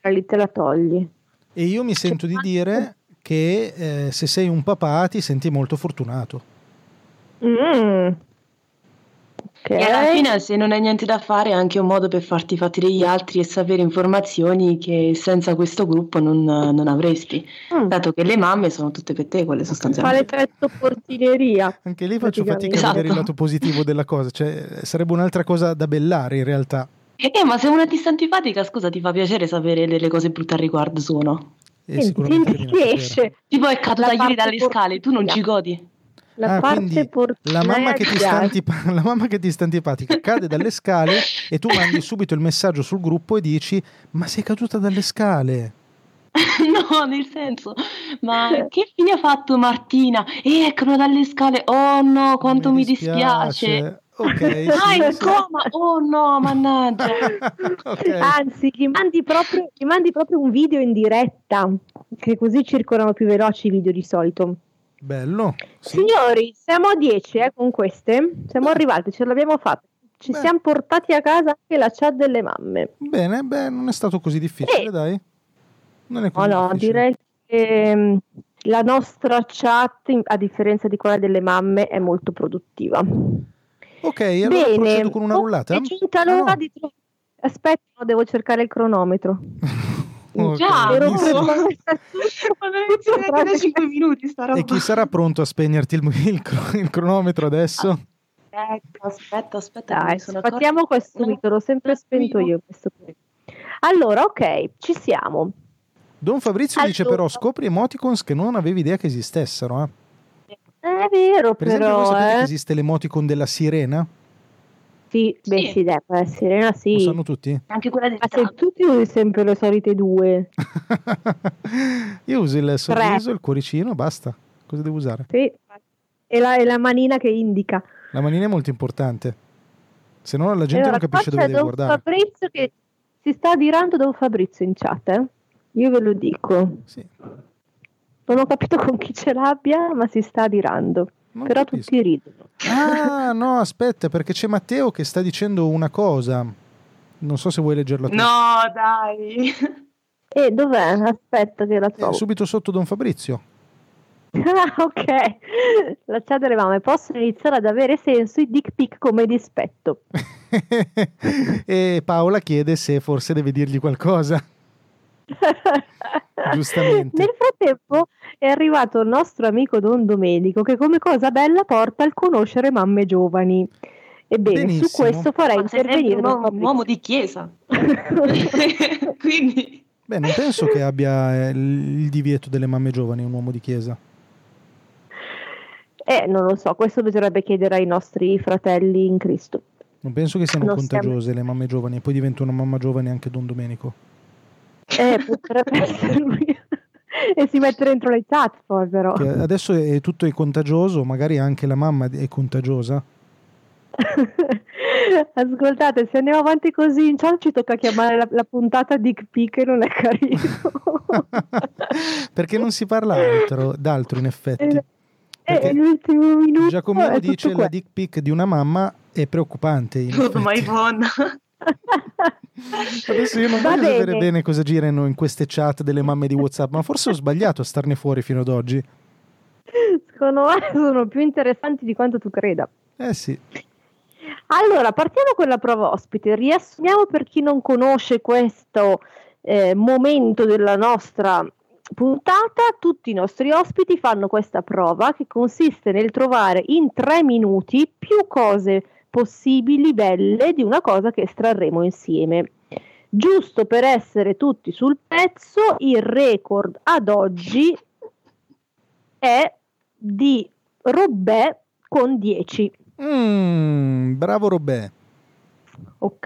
Speaker 1: Lì te la togli.
Speaker 2: E io mi sento di dire che eh, se sei un papà ti senti molto fortunato.
Speaker 1: Mm. Ok.
Speaker 3: E alla fine, se non hai niente da fare, è anche un modo per farti fatti degli altri e sapere informazioni che senza questo gruppo non, non avresti.
Speaker 1: Mm.
Speaker 3: Dato che le mamme sono tutte per te, quelle
Speaker 1: Fa
Speaker 3: sostanzialmente.
Speaker 1: l'effetto portineria.
Speaker 2: Anche lì faccio fatica
Speaker 1: Praticamente.
Speaker 2: a vedere il
Speaker 3: Esatto.
Speaker 2: lato positivo della cosa, cioè eh, sarebbe un'altra cosa da bellare in realtà.
Speaker 3: Eh, ma se una ti sta antipatica, scusa, ti fa piacere sapere le, le cose brutte al riguardo sono.
Speaker 1: Senti,
Speaker 2: E Eh, sicuramente
Speaker 1: senti
Speaker 2: viene
Speaker 1: chi
Speaker 2: a sapere.
Speaker 1: esce
Speaker 3: Tipo è caduta
Speaker 1: La
Speaker 3: ieri
Speaker 1: parte
Speaker 3: dalle scale, tu non ci godi.
Speaker 1: la
Speaker 2: Ah,
Speaker 1: parte
Speaker 2: quindi
Speaker 1: portineria.
Speaker 2: La mamma, che ti sta antipa- la mamma che ti sta antipatica cade dalle scale e tu mandi subito il messaggio sul gruppo e dici ma sei caduta dalle scale.
Speaker 3: No, nel senso, ma che fine ha fatto Martina? Eh, eccolo dalle scale. Oh no, quanto mi dispiace.
Speaker 2: Ok,
Speaker 3: Ah,
Speaker 2: sì,
Speaker 3: è in
Speaker 2: sì.
Speaker 3: coma. Oh no, mannaggia.
Speaker 2: Ok.
Speaker 1: Anzi, gli mandi, proprio, gli mandi proprio un video in diretta, che così circolano più veloci i video di solito.
Speaker 2: Bello. Sì.
Speaker 1: Signori, siamo a 10 eh, con queste, siamo arrivati, ce l'abbiamo fatta. Ci
Speaker 2: Beh.
Speaker 1: siamo portati a casa anche la chat delle mamme.
Speaker 2: Bene, beh, non è stato così difficile,
Speaker 1: Eh.
Speaker 2: dai. Non
Speaker 1: No,
Speaker 2: è così
Speaker 1: Oh, no,
Speaker 2: difficile.
Speaker 1: direi che mm, la nostra chat, in- a differenza di quella delle mamme, è molto produttiva.
Speaker 2: Ok, allora procedo con una
Speaker 1: Oh,
Speaker 2: rullata.
Speaker 1: è giunta l'ora
Speaker 2: Ah, no.
Speaker 1: di tro- Aspetta, no, devo cercare il cronometro.
Speaker 2: Ok,
Speaker 3: Già,
Speaker 1: Ero
Speaker 3: no.
Speaker 2: benissimo.
Speaker 1: ferma questa-
Speaker 3: Sono 5 minuti sta roba.
Speaker 2: E chi sarà pronto a spegnerti il, il cro- il cronometro adesso?
Speaker 3: Aspetta, aspetta, aspetta. che
Speaker 1: Dai,
Speaker 3: mi sono accorta.
Speaker 1: facciamo questo
Speaker 3: No.
Speaker 1: subito, l'ho sempre spento io questo qui. Allora, ok, ci siamo.
Speaker 2: Don Fabrizio dice
Speaker 1: Allora.
Speaker 2: però scopri emoticons che non avevi idea che esistessero. eh.
Speaker 1: È vero,
Speaker 2: Per esempio, voi
Speaker 1: però,
Speaker 2: sapete che
Speaker 1: eh.
Speaker 2: esiste l'emoticon della sirena?
Speaker 1: Sì, beh,
Speaker 3: Sì.
Speaker 1: sì, dai, eh, Sirena sì.
Speaker 2: Lo sanno tutti?
Speaker 3: Anche quella del
Speaker 1: Ma se tutti usi sempre le solite due,
Speaker 2: Io uso il sorriso, il cuoricino, basta. Cosa devo usare?
Speaker 1: sì. E la, e la manina che indica.
Speaker 2: La manina è molto importante. Se no la gente
Speaker 1: Allora,
Speaker 2: non
Speaker 1: qua
Speaker 2: capisce dove
Speaker 1: c'è
Speaker 2: deve
Speaker 1: Don
Speaker 2: guardare.
Speaker 1: Fabrizio che si sta adirando Don Fabrizio in chat, eh. Io ve lo dico.
Speaker 2: Sì,
Speaker 1: Non ho capito con chi ce l'abbia, ma si sta adirando.
Speaker 2: non
Speaker 1: però
Speaker 2: capisco.
Speaker 1: tutti ridono.
Speaker 2: Ah, no, aspetta, perché c'è Matteo che sta dicendo una cosa. Non so se vuoi leggerla tu.
Speaker 3: No, dai.
Speaker 1: E dov'è? Aspetta che la
Speaker 2: Eh,
Speaker 1: trovo.
Speaker 2: subito sotto Don Fabrizio.
Speaker 1: Ah, ok. La chat delle mamme possono iniziare ad avere senso i dick pic come dispetto.
Speaker 2: e Paola chiede se forse deve dirgli qualcosa. Giustamente.
Speaker 1: Nel frattempo è arrivato il nostro amico Don Domenico che come cosa bella porta il conoscere mamme giovani. Ebbene,
Speaker 2: Benissimo.
Speaker 1: su questo farei
Speaker 3: Ma sei sempre
Speaker 1: intervenire Don
Speaker 3: un uomo, un
Speaker 1: Fabrizio.
Speaker 3: uomo di chiesa. Quindi
Speaker 2: Beh, non penso che abbia eh, il divieto delle mamme giovani un uomo di chiesa.
Speaker 1: Eh, non lo so, questo bisognerebbe chiedere ai nostri fratelli in Cristo.
Speaker 2: Non penso che siano
Speaker 1: Non stiamo-
Speaker 2: contagiose le mamme giovani. E poi diventa una mamma giovane anche Don Domenico.
Speaker 1: Eh, potrebbe essere lui. e si mette dentro le chat poi però.
Speaker 2: Che adesso è tutto è contagioso, magari anche la mamma è contagiosa.
Speaker 1: Ascoltate, se andiamo avanti così in chat ci tocca chiamare la, la puntata Dick Pic e non è carino.
Speaker 2: Perché non si parla altro, d'altro in effetti.
Speaker 1: Eh,
Speaker 2: Perché
Speaker 1: Eh, l'ultimo minuto è
Speaker 2: Giacomino
Speaker 1: tutto
Speaker 2: dice la
Speaker 1: questo.
Speaker 2: dick pic di una mamma è preoccupante. in
Speaker 3: tutto my
Speaker 2: effetti.
Speaker 3: phone.
Speaker 2: Adesso io non
Speaker 1: Va
Speaker 2: voglio sapere
Speaker 1: bene.
Speaker 2: bene cosa girano in queste chat delle mamme di WhatsApp, ma forse ho sbagliato a starne fuori fino ad oggi.
Speaker 1: Secondo me sono più interessanti di quanto tu creda.
Speaker 2: Eh sì,
Speaker 1: Allora, partiamo con la prova ospite. Riassumiamo per chi non conosce questo eh, momento della nostra puntata. Tutti i nostri ospiti fanno questa prova che consiste nel trovare in tre minuti più cose possibili belle di una cosa che estrarremo insieme. Giusto per essere tutti sul pezzo, il record ad oggi è di Robè con 10.
Speaker 2: Mm, bravo Robè.
Speaker 1: Ok?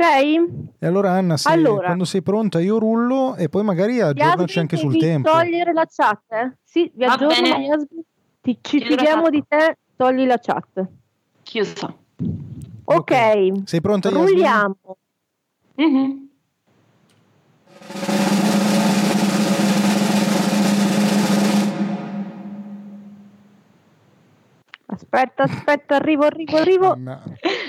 Speaker 2: E allora Anna, se-
Speaker 1: Allora.
Speaker 2: quando sei pronta io rullo e poi magari aggiornaci
Speaker 1: Yasmin,
Speaker 2: anche sul
Speaker 1: devi
Speaker 2: tempo.
Speaker 1: togliere la chat? eh? Sì, vi
Speaker 3: Va
Speaker 1: aggiorno,
Speaker 3: bene.
Speaker 1: ma Yasmin, ti- ci
Speaker 3: Chiudo la
Speaker 1: fidiamo
Speaker 3: chat.
Speaker 1: di te, togli la chat.
Speaker 3: Chiuso.
Speaker 2: Ok.
Speaker 1: Ok,
Speaker 2: Sei pronta Yasmin?
Speaker 1: rulliamo.
Speaker 3: Mhm.
Speaker 1: Aspetta, aspetta, arrivo, arrivo, arrivo.
Speaker 2: Anna.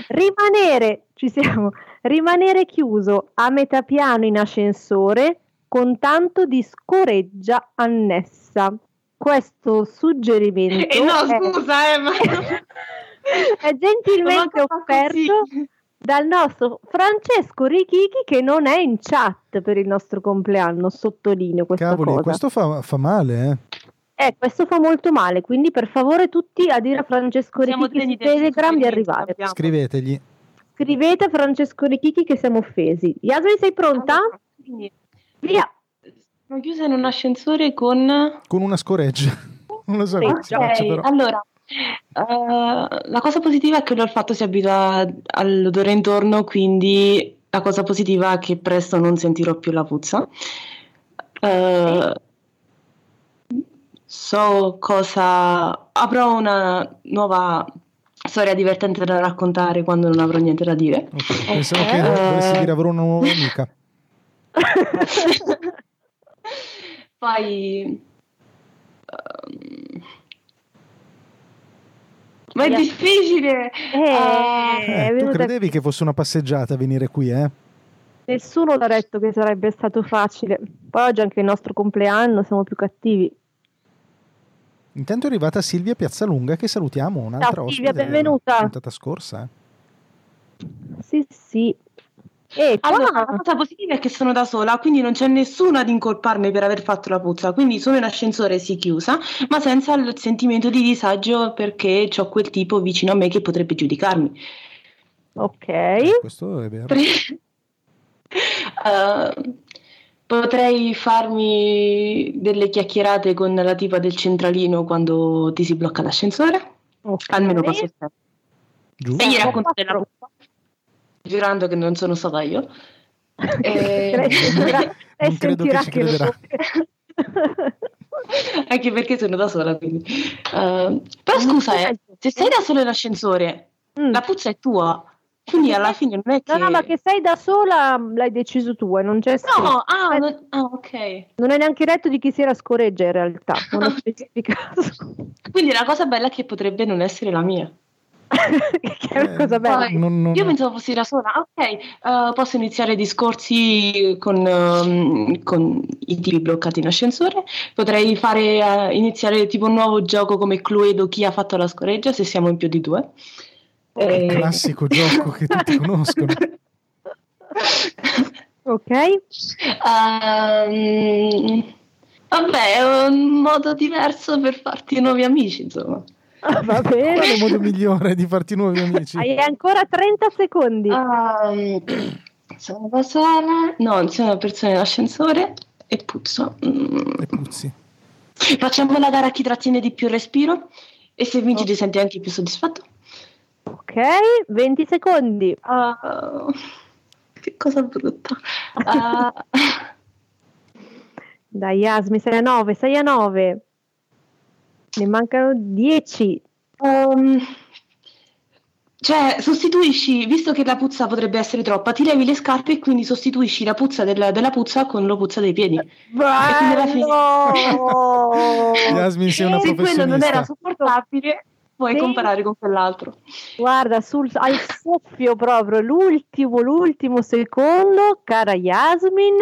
Speaker 1: Rimanere, ci siamo, rimanere chiuso a metà piano in ascensore con tanto di scoreggia annessa. Questo suggerimento
Speaker 3: E Eh, no,
Speaker 1: è-
Speaker 3: scusa, eh, ma...
Speaker 1: è gentilmente
Speaker 3: Non ho capito
Speaker 1: offerto
Speaker 3: così.
Speaker 1: dal nostro Francesco Richichi che non è in chat per il nostro compleanno, sottolineo questa
Speaker 2: Cavoli,
Speaker 1: cosa.
Speaker 2: questo fa, fa male, eh.
Speaker 1: Eh, questo fa molto male, quindi per favore tutti a dire a Francesco
Speaker 3: Siamo
Speaker 1: Richichi su
Speaker 3: degni del
Speaker 1: Telegram di
Speaker 3: suggerimento,
Speaker 1: arrivare.
Speaker 3: abbiamo.
Speaker 2: Scrivetegli.
Speaker 1: Scrivete a Francesco Richichi che siamo offesi. Yasmin sei pronta?
Speaker 3: Allora, quindi,
Speaker 1: Via!
Speaker 3: Sono chiusa in un ascensore con...
Speaker 2: Con una scoreggia. Non lo so come si
Speaker 3: Ok,
Speaker 2: faccia, però.
Speaker 3: allora, eh, la cosa positiva è che l'olfatto si abitua all'odore intorno, quindi la cosa positiva è che presto non sentirò più la puzza. Eh, so cosa... avrò una nuova storia divertente da raccontare quando non avrò niente da dire.
Speaker 2: Ok, Pensavo che
Speaker 3: Eh.
Speaker 2: dovessi dire avrò una nuova amica.
Speaker 3: Poi... ehm, ma è
Speaker 1: Yeah.
Speaker 3: difficile!
Speaker 1: Eh,
Speaker 2: Eh,
Speaker 1: è
Speaker 2: tu
Speaker 1: venuta-
Speaker 2: credevi che fosse una passeggiata venire qui, eh?
Speaker 1: Nessuno l'ha detto che sarebbe stato facile. Poi oggi è anche il nostro compleanno, siamo più cattivi.
Speaker 2: Intanto è arrivata Silvia Piazzalunga che salutiamo, un'altra
Speaker 1: Ciao,
Speaker 2: ospite
Speaker 1: Silvia,
Speaker 2: della
Speaker 1: benvenuta.
Speaker 2: puntata scorsa. eh.
Speaker 1: Sì, sì. E qua
Speaker 3: Allora, la cosa positiva è che sono da sola, quindi non c'è nessuno ad incolparmi per aver fatto la puzza, quindi sono in ascensore sì chiusa, ma senza il sentimento di disagio perché ho quel tipo vicino a me che potrebbe giudicarmi.
Speaker 1: Ok,
Speaker 2: Questo è vero.
Speaker 3: Eh, potrei farmi delle chiacchierate con la tipa del centralino quando ti si blocca l'ascensore,
Speaker 1: ok.
Speaker 3: almeno passo il tempo.
Speaker 2: Giusto?
Speaker 3: E gli
Speaker 1: Siamo
Speaker 3: racconto della
Speaker 1: quattro.
Speaker 3: puzza, giurando che non sono stata io. Eh,
Speaker 1: Lei sentirà- lei
Speaker 2: Non credo che
Speaker 1: sentirà
Speaker 2: ci
Speaker 1: che lo
Speaker 2: crederà.
Speaker 1: so.
Speaker 3: Anche perché sono da sola, quindi. Eh, però scusa, eh, se sei da sola in ascensore,
Speaker 1: Mm.
Speaker 3: la puzza è tua, quindi alla fine non è che...
Speaker 1: No, no, ma che sei da sola mh, l'hai deciso tu e non c'è scritto.
Speaker 3: No, ah, non- ah, ok.
Speaker 1: Non hai neanche detto di chi si era scoreggia in realtà, non ho specificato.
Speaker 3: Quindi la cosa bella è che potrebbe non essere la mia.
Speaker 1: che è una
Speaker 2: Eh,
Speaker 1: cosa bella.
Speaker 3: Poi-
Speaker 2: Non- non-
Speaker 3: Io
Speaker 1: Mm.
Speaker 3: pensavo fossi da sola, Ah, ok, eh, posso iniziare discorsi con, ehm, con i tipi bloccati in ascensore, potrei fare, eh, iniziare tipo un nuovo gioco come Cluedo, chi ha fatto la scoreggia, se siamo in più di due.
Speaker 2: Che
Speaker 3: Eh,
Speaker 2: classico gioco che tutti conoscono.
Speaker 1: Ok?
Speaker 3: Ehm, vabbè, è un modo diverso per farti nuovi amici, insomma.
Speaker 1: Ah, Va bene.
Speaker 2: Qual è il modo migliore di farti nuovi amici?
Speaker 1: Hai ancora 30 secondi.
Speaker 2: Ah.
Speaker 3: Ehm, sono da sola, no, insieme a persone in ascensore e puzzo. Mm.
Speaker 2: E puzzi.
Speaker 3: Facciamo la gara a chi trattiene di più respiro e se vinci ti senti anche più soddisfatto.
Speaker 1: Ok, 20 secondi.
Speaker 3: Ah, che cosa brutta. Ah,
Speaker 1: Dai, Yasmi, sei a 9, sei a 9. Ne mancano 10.
Speaker 3: ehm, cioè, sostituisci, visto che la puzza potrebbe essere troppa, ti levi le scarpe e quindi sostituisci la puzza della, della puzza con la puzza dei piedi.
Speaker 1: Bello!
Speaker 2: Yasmin, sei una
Speaker 1: Eh,
Speaker 3: se quello non
Speaker 2: professionista.
Speaker 3: era sopportabile, puoi
Speaker 1: Sì.
Speaker 3: comparare con quell'altro.
Speaker 1: Guarda, sul, al soffio proprio, l'ultimo, l'ultimo secondo, cara Yasmin,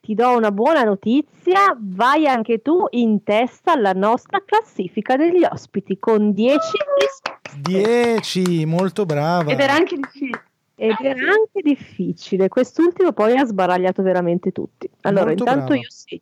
Speaker 1: ti do una buona notizia, vai anche tu in testa alla nostra classifica degli ospiti con 10
Speaker 2: 10, molto brava.
Speaker 3: Ed era anche difficile.
Speaker 1: ed era anche difficile, quest'ultimo poi ha sbaragliato veramente tutti. Allora,
Speaker 2: Molto
Speaker 1: intanto
Speaker 2: brava.
Speaker 1: io sì.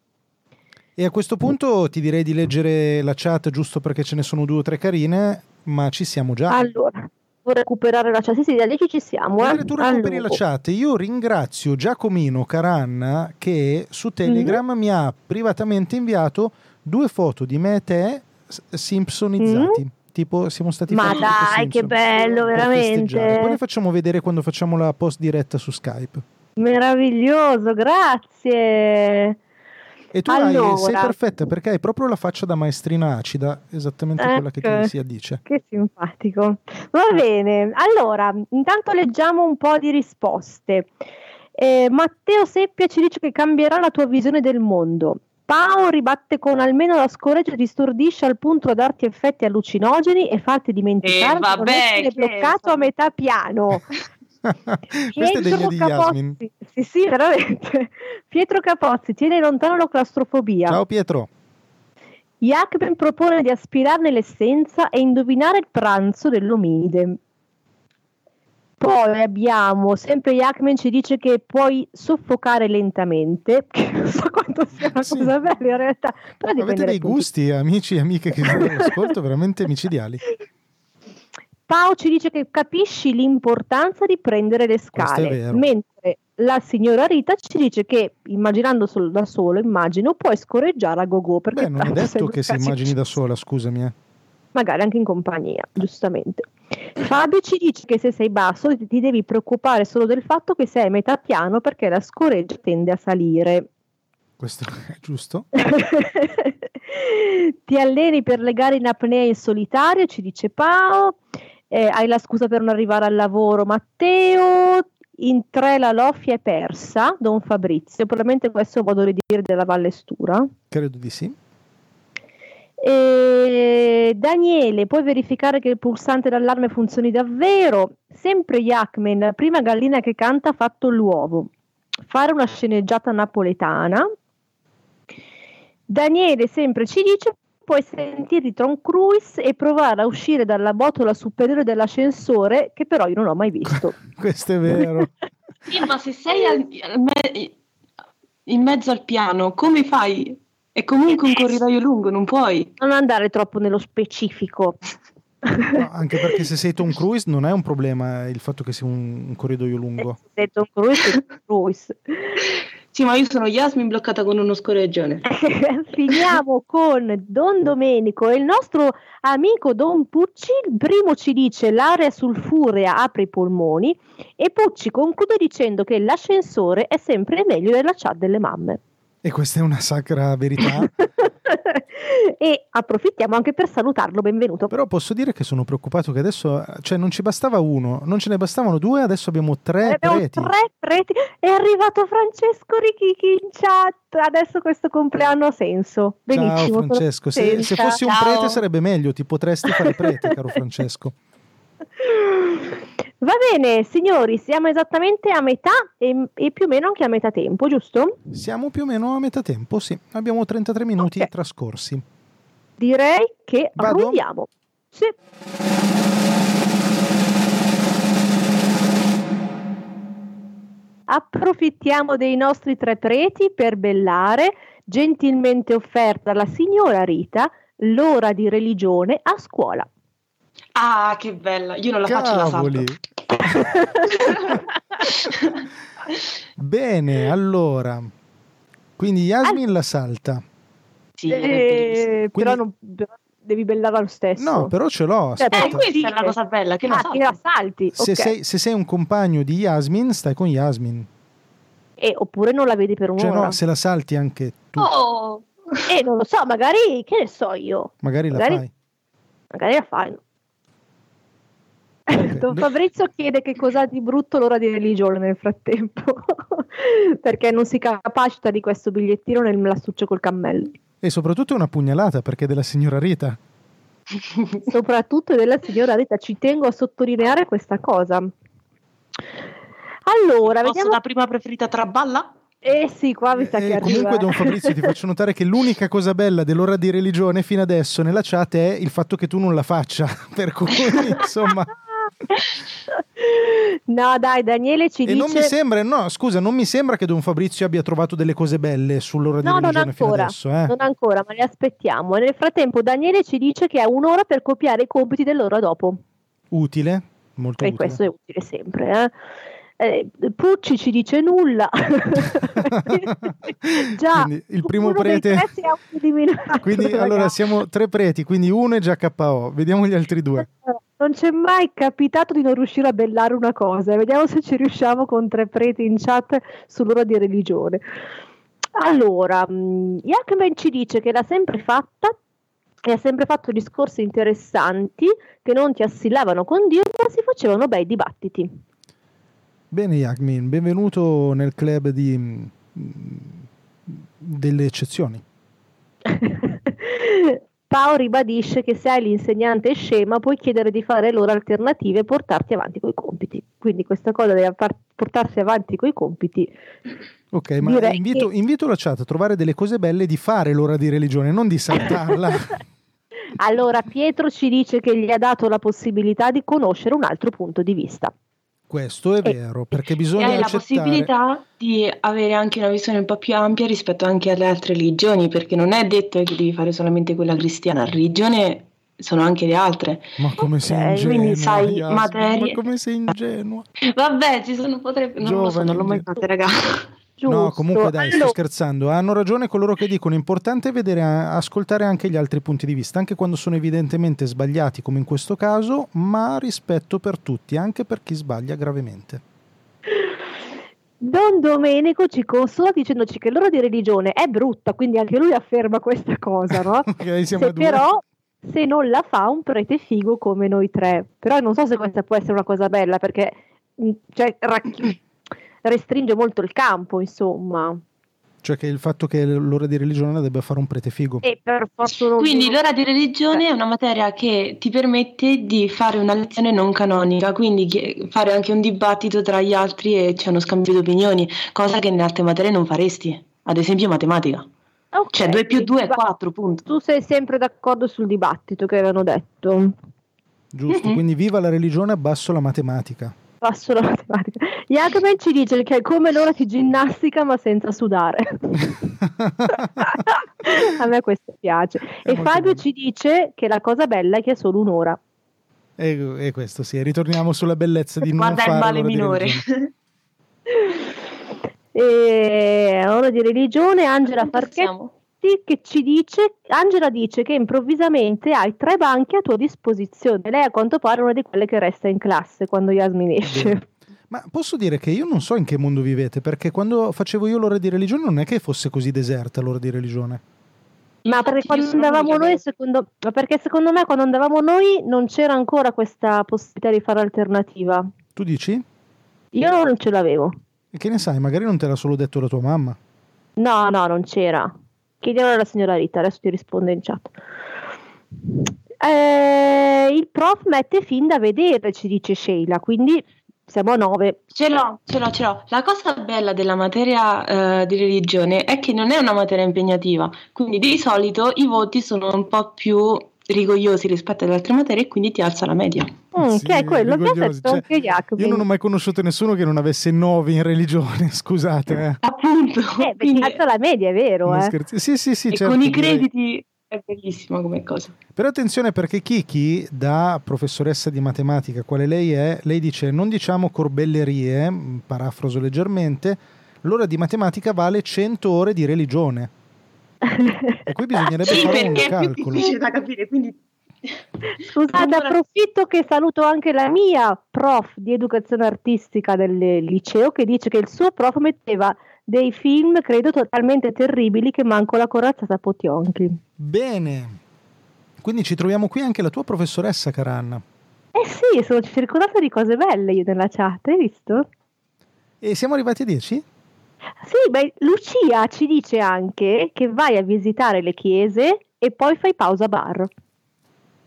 Speaker 2: E a questo punto ti direi di leggere la chat giusto perché ce ne sono due o tre carine, ma ci siamo già.
Speaker 1: Allora, devo recuperare la chat. Sì, sì, da lì che ci siamo. Eh?
Speaker 2: Mentre tu recuperi
Speaker 1: Allora.
Speaker 2: la chat, io ringrazio Giacomino Caranna che
Speaker 1: Mhm.
Speaker 2: su Telegram mi ha privatamente inviato due foto di me e te s- simpsonizzati. Tipo, siamo stati
Speaker 1: Mhm. Ma
Speaker 2: fatti tipo
Speaker 1: dai, che
Speaker 2: Simpson
Speaker 1: bello,
Speaker 2: per festeggiare. Poi le
Speaker 1: veramente.
Speaker 2: facciamo vedere quando facciamo la post diretta su Skype.
Speaker 1: Meraviglioso, grazie.
Speaker 2: E tu
Speaker 1: Allora.
Speaker 2: hai, sei perfetta perché hai proprio la faccia da maestrina acida, esattamente quella che
Speaker 1: Ecco.
Speaker 2: ti si addice.
Speaker 1: Che simpatico. Va bene, allora, intanto leggiamo un po' di risposte. Eh, Matteo Seppia ci dice che cambierà la tua visione del mondo. Pao ribatte con almeno la scoreggia ti stordisce al punto da darti effetti allucinogeni e farti dimenticare
Speaker 3: Eh, vabbè,
Speaker 1: di non essere
Speaker 3: che-
Speaker 1: bloccato a metà piano.
Speaker 2: Questa è degna di Yasmin.
Speaker 1: Capozzi, sì, sì, veramente. Pietro Capozzi, tieni lontano la claustrofobia.
Speaker 2: Ciao Pietro.
Speaker 1: Jackman propone di aspirarne l'essenza e indovinare il pranzo dell'ominide. Poi abbiamo, sempre Jackman ci dice che puoi soffocare lentamente, che non so quanto sia una
Speaker 2: Sì.
Speaker 1: cosa bella in realtà, però dipende
Speaker 2: Avete
Speaker 1: dai
Speaker 2: dei
Speaker 1: punti
Speaker 2: gusti, amici e amiche che ascolto, veramente micidiali.
Speaker 1: Pau ci dice che capisci l'importanza di prendere le
Speaker 2: Questo è
Speaker 1: scale,
Speaker 2: vero.
Speaker 1: mentre la signora Rita ci dice che immaginando solo da solo, immagino, puoi scorreggiare a gogo perché
Speaker 2: Beh, non è
Speaker 1: tanto sei
Speaker 2: detto che si
Speaker 1: bloccato.
Speaker 2: immagini da sola, scusami. eh.
Speaker 1: magari anche in compagnia, giustamente. Fabio ci dice che se sei basso ti ti devi preoccupare solo del fatto che sei a metà piano perché la scoreggia tende a salire.
Speaker 2: Questo è giusto.
Speaker 1: Ti alleni per le gare in apnea in solitario, ci dice Pao. Eh, hai la scusa per non arrivare al lavoro, Matteo. In tre la loffia è persa, Don Fabrizio. Probabilmente questo è un modo di dire della Valle Stura.
Speaker 2: Credo di sì.
Speaker 1: E Daniele, puoi verificare che il pulsante d'allarme funzioni davvero? Sempre Jackman, prima gallina che canta ha fatto l'uovo. Fare una sceneggiata napoletana. Daniele sempre ci dice puoi sentirti Tom Cruise e provare a uscire dalla botola superiore dell'ascensore che però io non ho mai visto.
Speaker 2: Questo è vero.
Speaker 3: Sì, ma se sei al- al me- in mezzo al piano, come fai? È comunque un corridoio lungo, non puoi.
Speaker 1: Non andare troppo nello specifico.
Speaker 2: No, anche perché se sei Tom Cruise non è un problema il fatto che sia un, un corridoio lungo.
Speaker 1: Se sei Eh, Tom Cruise, sei Tom Cruise.
Speaker 3: Sì, ma io sono Yasmin bloccata con uno scorreggione.
Speaker 1: Finiamo con Don Domenico e il nostro amico Don Pucci. Il primo ci dice l'area sulfurea apre i polmoni e Pucci conclude dicendo che l'ascensore è sempre meglio della chat delle mamme.
Speaker 2: E questa è una sacra verità.
Speaker 1: e approfittiamo anche per salutarlo, benvenuto.
Speaker 2: Però posso dire che sono preoccupato che adesso, cioè non ci bastava uno, non ce ne bastavano due, adesso abbiamo tre
Speaker 1: Eh, Abbiamo
Speaker 2: Eh, preti.
Speaker 1: tre preti. È arrivato Francesco Richichi in chat. Adesso questo compleanno ha senso. Benissimo.
Speaker 2: Ciao
Speaker 1: sono
Speaker 2: Francesco, se, se
Speaker 1: contenta.
Speaker 2: fossi un
Speaker 3: Ciao.
Speaker 2: prete sarebbe meglio, ti potresti fare prete, caro Francesco.
Speaker 1: Va bene, signori, siamo esattamente a metà e, e più o meno anche a metà tempo, giusto?
Speaker 2: Siamo più o meno a metà tempo, sì. Abbiamo 33 minuti
Speaker 1: Ok.
Speaker 2: trascorsi.
Speaker 1: Direi che
Speaker 2: Vado?
Speaker 1: ruliamo. Sì. Approfittiamo dei nostri tre preti per bellare, gentilmente offerta alla signora Rita, l'ora di religione a scuola.
Speaker 3: Ah, che bella! Io non la faccio
Speaker 2: Cavoli!
Speaker 3: la salto.
Speaker 1: Eh.
Speaker 2: Bene, allora. Quindi Yasmin la salta.
Speaker 3: sì, è
Speaker 1: Eh,
Speaker 3: bellissimo.
Speaker 1: però,
Speaker 2: Quindi-
Speaker 1: non, però devi bellare lo stesso.
Speaker 2: No, però ce l'ho.
Speaker 1: Cioè,
Speaker 2: aspetta.
Speaker 3: Eh, questa è la cosa bella, che la
Speaker 1: Ah, che la
Speaker 3: salto.
Speaker 1: salti.
Speaker 2: Se,
Speaker 1: ok.
Speaker 2: sei, se sei un compagno di Yasmin, stai con Yasmin.
Speaker 1: Eh, oppure non la vedi per
Speaker 2: Cioè,
Speaker 1: un'ora.
Speaker 2: no, se la salti anche tu,
Speaker 3: Oh!
Speaker 1: Eh, non lo so, magari, che ne so io,
Speaker 2: magari la
Speaker 1: magari-
Speaker 2: fai.
Speaker 1: magari la fanno.
Speaker 2: Ok,
Speaker 1: Don
Speaker 2: do-
Speaker 1: Fabrizio chiede che cosa ha di brutto l'ora di religione nel frattempo, perché non si capacita di questo bigliettino nel melastuccio col cammello,
Speaker 2: E soprattutto è una pugnalata perché è della signora Rita.
Speaker 1: soprattutto della signora Rita, ci tengo a sottolineare questa cosa. Allora,
Speaker 3: Posso
Speaker 1: vediamo...
Speaker 3: la prima preferita tra balla?
Speaker 1: Eh sì, qua mi sa
Speaker 2: Eh,
Speaker 1: che arriva.
Speaker 2: comunque, Don Fabrizio, ti faccio notare che l'unica cosa bella dell'ora di religione fino adesso nella chat è il fatto che tu non la faccia. Per cui, insomma.
Speaker 1: No, dai, Daniele ci
Speaker 2: E
Speaker 1: dice...
Speaker 2: non mi sembra, no, scusa, non mi sembra che Don Fabrizio abbia trovato delle cose belle sull'ora
Speaker 1: No,
Speaker 2: di
Speaker 1: non
Speaker 2: religione fino
Speaker 1: ancora,
Speaker 2: adesso. eh.
Speaker 1: Non ancora, ma le aspettiamo. Nel frattempo, Daniele ci dice che ha un'ora per copiare i compiti dell'ora dopo.
Speaker 2: Utile, Molto
Speaker 1: e
Speaker 2: utile.
Speaker 1: questo è utile sempre. eh. Eh, Pucci ci dice nulla. Già,
Speaker 2: Quindi il primo
Speaker 1: uno dei
Speaker 2: prete.
Speaker 1: tre si è autoeliminato,
Speaker 2: Quindi
Speaker 1: ragazzi.
Speaker 2: allora siamo tre preti, quindi uno è già KO. Vediamo gli altri due.
Speaker 1: Eh, Non c'è mai capitato di non riuscire a bellare una cosa. Vediamo se ci riusciamo con tre preti in chat sull'ora di religione. Allora, mh, Yakman ci dice che l'ha sempre fatta e ha sempre fatto discorsi interessanti che non ti assillavano con Dio, ma si facevano bei dibattiti.
Speaker 2: Bene, Yakmin, benvenuto nel club di, mh, delle eccezioni.
Speaker 1: Pao ribadisce che se hai l'insegnante scema puoi chiedere di fare loro alternative e portarti avanti coi compiti. Quindi questa cosa di far- portarsi avanti coi compiti.
Speaker 2: Ok, ma
Speaker 1: Direi
Speaker 2: invito,
Speaker 1: che-
Speaker 2: invito la chat a trovare delle cose belle di fare l'ora di religione, non di saltarla.
Speaker 1: Allora Pietro ci dice che gli ha dato la possibilità di conoscere un altro punto di vista.
Speaker 2: Questo è
Speaker 1: Eh,
Speaker 2: vero, perché
Speaker 3: E
Speaker 2: bisogna
Speaker 3: hai la
Speaker 2: accettare...
Speaker 3: possibilità di avere anche una visione un po' più ampia rispetto anche alle altre religioni, perché non è detto che devi fare solamente quella cristiana, la religione sono anche le altre.
Speaker 2: Ma come sei
Speaker 1: Ok,
Speaker 2: ingenua,
Speaker 3: quindi sai
Speaker 2: Yasmin,
Speaker 3: materie-
Speaker 2: Ma come sei ingenua?
Speaker 3: Vabbè, ci sono, potrebbe, non lo so,
Speaker 2: Giovani,
Speaker 3: non l'ho mai
Speaker 2: di-
Speaker 3: fatta, raga.
Speaker 1: Giusto.
Speaker 2: No, comunque dai, sto
Speaker 1: Allora,
Speaker 2: scherzando. Hanno ragione coloro che dicono è importante vedere, eh, ascoltare anche gli altri punti di vista, anche quando sono evidentemente sbagliati, come in questo caso, ma rispetto per tutti, anche per chi sbaglia gravemente.
Speaker 1: Don Domenico ci consola dicendoci che l'ora di religione è brutta, quindi anche lui afferma questa cosa, no?
Speaker 2: Ok, siamo a
Speaker 1: se
Speaker 2: due.
Speaker 1: però se non la fa un prete figo come noi tre però non so se questa può essere una cosa bella perché mh, cioè, rac- restringe molto il campo insomma
Speaker 2: Cioè che il fatto che l'ora di religione la debba fare un prete figo.
Speaker 1: e per forza non-
Speaker 3: Quindi l'ora di religione è una materia che ti permette di fare una lezione non canonica, quindi che- fare anche un dibattito tra gli altri e c'è uno scambio di opinioni, cosa che in altre materie non faresti, ad esempio matematica.
Speaker 1: Eh, Ok,
Speaker 3: Cioè 2 più 2 è
Speaker 1: va-
Speaker 3: 4, punto.
Speaker 1: tu sei sempre d'accordo sul dibattito che avevano detto
Speaker 2: Giusto,
Speaker 3: Mhm.
Speaker 2: quindi viva la religione, abbasso la matematica.
Speaker 1: passo la matematica Jacobin ci dice che è come l'ora di ginnastica ma senza sudare a me questo piace
Speaker 2: È
Speaker 1: e
Speaker 2: molto
Speaker 1: Fabio
Speaker 2: bello.
Speaker 1: ci dice che la cosa bella è che è solo un'ora
Speaker 2: E, e questo sì, ritorniamo sulla bellezza di non
Speaker 3: Guarda il
Speaker 2: fare
Speaker 3: male
Speaker 2: l'ora di
Speaker 3: minore.
Speaker 2: religione.
Speaker 1: E ora di religione, Angela
Speaker 3: Quanto
Speaker 1: Farchetti
Speaker 3: siamo?
Speaker 1: che ci dice, Angela dice che improvvisamente hai tre banchi a tua disposizione. Lei a quanto pare è una di quelle che resta in classe quando Yasmin
Speaker 2: Vero.
Speaker 1: esce.
Speaker 2: Ma posso dire che io non so in che mondo vivete, perché quando facevo io l'ora di religione non è che fosse così deserta l'ora di religione.
Speaker 1: Ma perché
Speaker 3: Infatti, io
Speaker 1: quando
Speaker 3: sono
Speaker 1: andavamo
Speaker 3: l'unica
Speaker 1: noi,
Speaker 3: che-
Speaker 1: secondo, ma perché secondo me quando andavamo noi non c'era ancora questa possibilità di fare alternativa.
Speaker 2: Tu dici?
Speaker 1: Io non ce l'avevo.
Speaker 2: E che ne sai, magari non te l'ha solo detto la tua mamma.
Speaker 1: No, no, non c'era. Chiediamolo alla signora Rita, adesso ti risponde in chat. Eh, il prof mette fin da vedere, ci dice Sheila, quindi siamo a 9.
Speaker 3: Ce l'ho, ce l'ho, ce l'ho. La cosa bella della materia eh, di religione è che non è una materia impegnativa, quindi di solito i voti sono un po' più rigogliosi rispetto alle altre materie e quindi ti alza la media.
Speaker 2: Sì,
Speaker 1: Mm, che è quello che ha
Speaker 2: rigogliosi,
Speaker 1: detto
Speaker 2: cioè,
Speaker 1: anche Jacopo.
Speaker 2: Io non ho mai conosciuto nessuno che non avesse nove in religione, scusate. eh.
Speaker 3: Appunto.
Speaker 1: Eh, perché
Speaker 3: quindi-
Speaker 1: alza la media, è vero,
Speaker 2: Non
Speaker 1: eh.
Speaker 2: scherzi. Sì, sì, sì,
Speaker 3: e
Speaker 2: certo,
Speaker 3: con i
Speaker 2: direi.
Speaker 3: crediti è bellissima come cosa.
Speaker 2: Però attenzione perché Kiki, da professoressa di matematica, quale lei è, lei dice non diciamo corbellerie, mh, parafraso leggermente, l'ora di matematica vale 100 ore di religione. E qui bisognerebbe
Speaker 3: Sì,
Speaker 2: fare un
Speaker 3: perché è più
Speaker 2: calcolo.
Speaker 3: difficile da capire, quindi...
Speaker 1: Scusate,
Speaker 3: Allora-
Speaker 1: approfitto che saluto anche la mia prof di educazione artistica del liceo che dice che il suo prof metteva dei film, credo, totalmente terribili che manco la corazzata Potionchi.
Speaker 2: Bene. Quindi ci troviamo qui anche la tua professoressa, Caranna.
Speaker 1: Eh sì, sono circondata di cose belle io nella chat, hai visto?
Speaker 2: E siamo arrivati a 10?
Speaker 1: Sì, beh, Lucia ci dice anche che vai a visitare le chiese e poi fai pausa bar.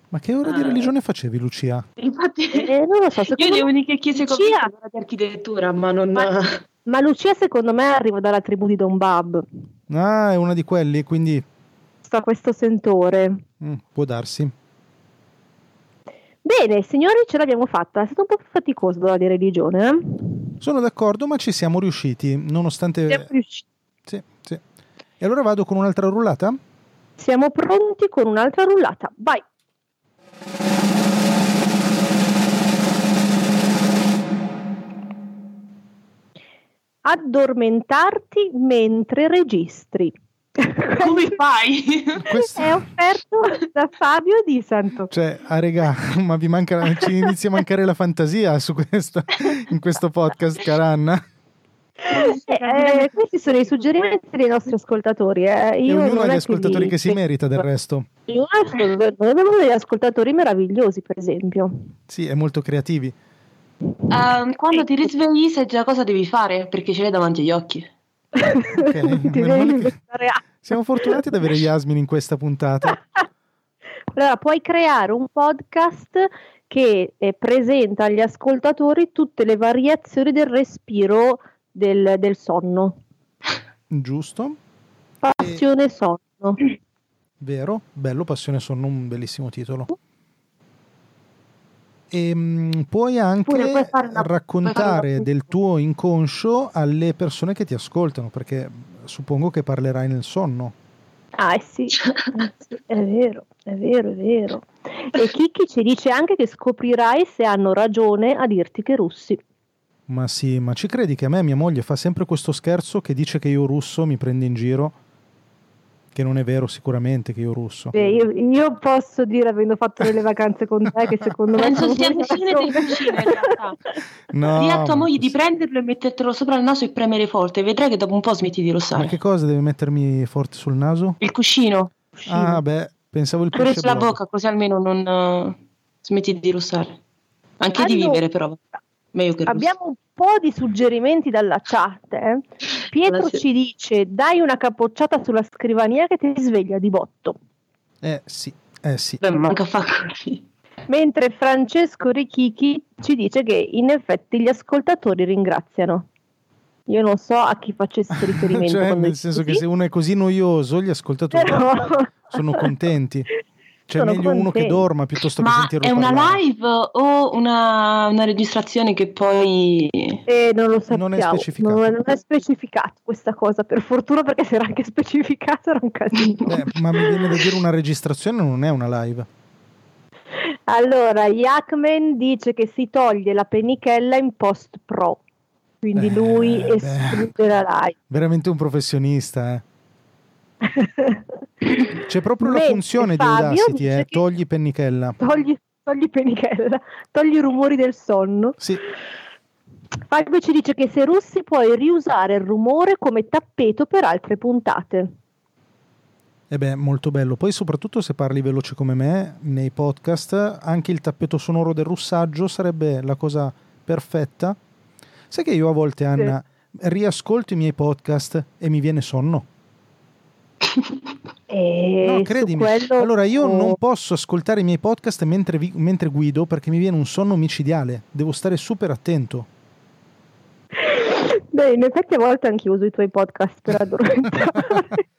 Speaker 2: Ma che ora di
Speaker 3: Ah.
Speaker 2: religione facevi, Lucia?
Speaker 3: Infatti...
Speaker 1: Eh, non lo so,
Speaker 3: Io
Speaker 1: secondo
Speaker 3: le
Speaker 1: me-
Speaker 3: uniche chiese che ho
Speaker 1: Lucia-
Speaker 3: visto sono di architettura, ma non...
Speaker 1: Ma- ma Lucia secondo me arriva dalla tribù di Don Bab,
Speaker 2: Ah, è una di quelli, quindi
Speaker 1: sta questo sentore.
Speaker 2: mm, può darsi.
Speaker 1: Bene, signori, ce l'abbiamo fatta, è stato un po' faticoso l'ora di religione, eh?
Speaker 2: Sono d'accordo, ma ci siamo riusciti, nonostante...
Speaker 1: Siamo riusciti.
Speaker 2: Sì, sì. E allora vado con un'altra rullata?
Speaker 1: Siamo pronti con un'altra rullata, vai! addormentarti mentre registri.
Speaker 3: Come fai?
Speaker 2: Questo-
Speaker 1: È offerto da Fabio di Santo.
Speaker 2: Cioè, a regà, ma vi manca, ci inizia a mancare la fantasia su questa, in questo podcast, Caranna.
Speaker 1: Eh, eh, questi sono i suggerimenti dei nostri ascoltatori. eh.
Speaker 2: E
Speaker 1: Io
Speaker 2: ognuno
Speaker 1: non
Speaker 2: ha
Speaker 1: è
Speaker 2: gli ascoltatori
Speaker 1: li-
Speaker 2: che si merita del resto.
Speaker 1: Io abbiamo degli ascoltatori meravigliosi, per esempio.
Speaker 2: Sì, è molto creativi.
Speaker 3: Ehm, quando ti risvegli sai già cosa devi fare perché ce l'hai davanti agli occhi.
Speaker 1: Non ti
Speaker 2: meno
Speaker 1: devi
Speaker 2: male che-
Speaker 1: inventare altro.
Speaker 2: Siamo fortunati ad avere Yasmin in questa puntata.
Speaker 1: Allora, puoi creare un podcast che eh, presenta agli ascoltatori tutte le variazioni del respiro del, del sonno.
Speaker 2: Giusto,
Speaker 1: Passione sonno.
Speaker 2: vero, bello, passione sonno, un bellissimo titolo. E puoi anche
Speaker 1: Oppure puoi fare una-
Speaker 2: raccontare
Speaker 1: puoi fare una-
Speaker 2: del tuo inconscio alle persone che ti ascoltano, perché suppongo che parlerai nel sonno.
Speaker 1: Ah, eh sì, è vero, è vero, è vero. E Kiki ci dice anche che scoprirai se hanno ragione a dirti che russi.
Speaker 2: Ma sì, ma ci credi che a me mia moglie fa sempre questo scherzo che dice che io russo mi prende in giro? Che non è vero sicuramente che io russo.
Speaker 1: Beh, io, io posso dire, avendo fatto delle vacanze con te, che secondo me...
Speaker 3: Penso
Speaker 1: sono
Speaker 3: sia
Speaker 1: una
Speaker 3: vicino del
Speaker 1: ragione.
Speaker 3: vicino, in realtà.
Speaker 2: No,
Speaker 3: Dì a tua
Speaker 2: ma
Speaker 3: moglie di
Speaker 2: questo-
Speaker 3: prenderlo e mettertelo sopra il naso e premere forte. Vedrai che dopo un po' smetti di
Speaker 2: Ma
Speaker 3: rossare.
Speaker 2: che cosa deve mettermi forte sul naso?
Speaker 3: Il cuscino,
Speaker 2: Ah, beh, pensavo il
Speaker 3: pure
Speaker 2: pesce
Speaker 3: sulla
Speaker 2: blog.
Speaker 3: bocca, così almeno non eh, smetti di rossare. Anche di
Speaker 1: Allora,
Speaker 3: vivere, però. Meglio che rossare.
Speaker 1: Abbiamo un po' di suggerimenti dalla chat. eh. Pietro
Speaker 3: Grazie.
Speaker 1: ci dice, dai una capocciata sulla scrivania che ti sveglia di botto.
Speaker 2: Eh sì, eh sì.
Speaker 3: Beh, manca fa così.
Speaker 1: Mentre Francesco Richichi ci dice che in effetti gli ascoltatori ringraziano. Io non so a chi facesse riferimento.
Speaker 2: cioè,
Speaker 1: quando
Speaker 2: nel
Speaker 1: dice
Speaker 2: senso che
Speaker 1: così,
Speaker 2: se uno è così noioso, gli ascoltatori
Speaker 1: però-
Speaker 2: sono contenti. Cioè,
Speaker 1: Sono
Speaker 2: meglio uno che
Speaker 1: contenti.
Speaker 2: dorma piuttosto che
Speaker 3: Ma
Speaker 2: sentirlo
Speaker 3: è una
Speaker 2: parlare.
Speaker 3: live o una, una registrazione che poi...
Speaker 1: Eh, non lo sappiamo.
Speaker 2: Non è specificato.
Speaker 1: Non- non è specificato questa cosa, per fortuna, perché se era anche specificato era un casino.
Speaker 2: Eh, ma mi viene da dire una registrazione non è una live.
Speaker 1: Allora, Yakman dice che si toglie la penichella in post pro, quindi
Speaker 2: Eh,
Speaker 1: lui
Speaker 2: beh.
Speaker 1: esclude la
Speaker 2: Veramente un professionista, eh.
Speaker 1: live.
Speaker 2: C'è proprio la
Speaker 1: Mentre
Speaker 2: funzione di
Speaker 1: Fabio
Speaker 2: Audacity,
Speaker 1: dice
Speaker 2: eh.
Speaker 1: che-
Speaker 2: Togli pennichella.
Speaker 1: Togli, togli penichella, togli i rumori del sonno.
Speaker 2: Sì,
Speaker 1: Fabio ci dice che se russi puoi riusare il rumore come tappeto per altre puntate.
Speaker 2: e Eh beh, molto bello. Poi soprattutto se parli veloce come me nei podcast, anche il tappeto sonoro del russaggio sarebbe la cosa perfetta. Sai che io a volte, Anna, riascolto i miei podcast e mi viene sonno.
Speaker 1: E
Speaker 2: No,
Speaker 1: su
Speaker 2: credimi.
Speaker 1: quello-
Speaker 2: Allora, io non posso ascoltare i miei podcast mentre, vi- mentre guido perché mi viene un sonno micidiale. Devo stare super attento.
Speaker 1: Beh, in effetti a volte anche io uso i tuoi podcast per addormentare.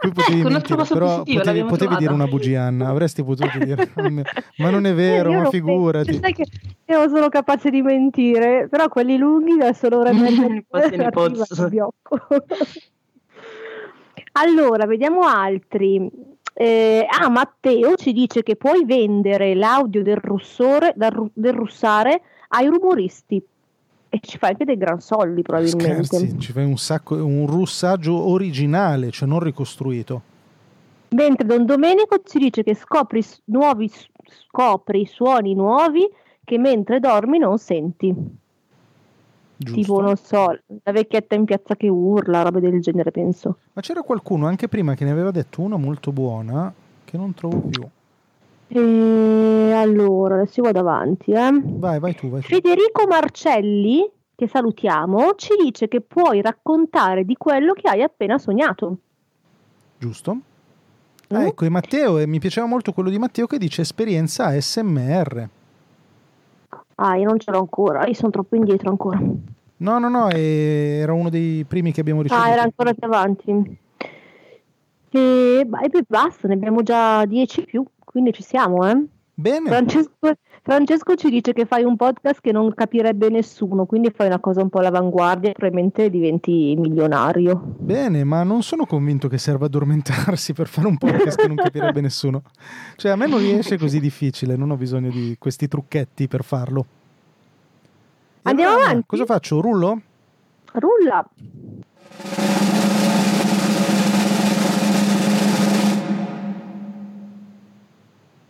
Speaker 2: Qui potevi
Speaker 3: Ecco,
Speaker 2: mentire,
Speaker 3: un'altra cosa
Speaker 2: però
Speaker 3: positiva,
Speaker 2: potevi,
Speaker 3: l'abbiamo
Speaker 2: potevi
Speaker 3: trovata.
Speaker 2: dire una bugia, Anna. Avresti potuto dire. ma non è vero,
Speaker 1: Io
Speaker 2: ma
Speaker 1: non
Speaker 2: figurati.
Speaker 1: penso, sai che io sono capace di mentire, però quelli lunghi da solo ora e mezza
Speaker 3: Ne posso, ne
Speaker 1: arriva
Speaker 3: posso.
Speaker 1: il biocco. Allora, vediamo altri. Eh, ah, Matteo ci dice che puoi vendere l'audio del russore, dal ru- del russare ai rumoristi e ci fai anche dei gran soldi probabilmente.
Speaker 2: Scherzi, ci fai un sacco, un russaggio originale, cioè non ricostruito.
Speaker 1: Mentre Don Domenico ci dice che scopri, s- nuovi, s- scopri suoni nuovi che mentre dormi non senti.
Speaker 2: Giusto.
Speaker 1: Tipo, non so, la vecchietta in piazza che urla, roba del genere, penso.
Speaker 2: Ma c'era qualcuno anche prima che ne aveva detto una molto buona che non trovo più.
Speaker 1: E allora, adesso io vado avanti. eh.
Speaker 2: Vai, vai tu, vai tu.
Speaker 1: Federico Marcelli, che salutiamo, ci dice che puoi raccontare di quello che hai appena sognato.
Speaker 2: Giusto?
Speaker 1: Mm?
Speaker 2: Ah, ecco, e Matteo, e mi piaceva molto quello di Matteo che dice esperienza ASMR.
Speaker 1: Ah, io non ce l'ho ancora, io sono troppo indietro ancora.
Speaker 2: No, no, no, e- era uno dei primi che abbiamo ricevuto.
Speaker 1: Ah, era ancora più avanti. E, ba- e beh, basta, ne abbiamo già 10 più, quindi ci siamo, eh.
Speaker 2: Bene,
Speaker 1: Francesco, Francesco ci dice che fai un podcast che non capirebbe nessuno, quindi fai una cosa un po' all'avanguardia e probabilmente diventi milionario.
Speaker 2: bene, ma non sono convinto che serva addormentarsi per fare un podcast che non capirebbe nessuno. Cioè, a me non riesce così difficile, non ho bisogno di questi trucchetti per farlo. E
Speaker 1: Andiamo
Speaker 2: allora,
Speaker 1: avanti?
Speaker 2: Cosa faccio? Rullo?
Speaker 1: Rulla.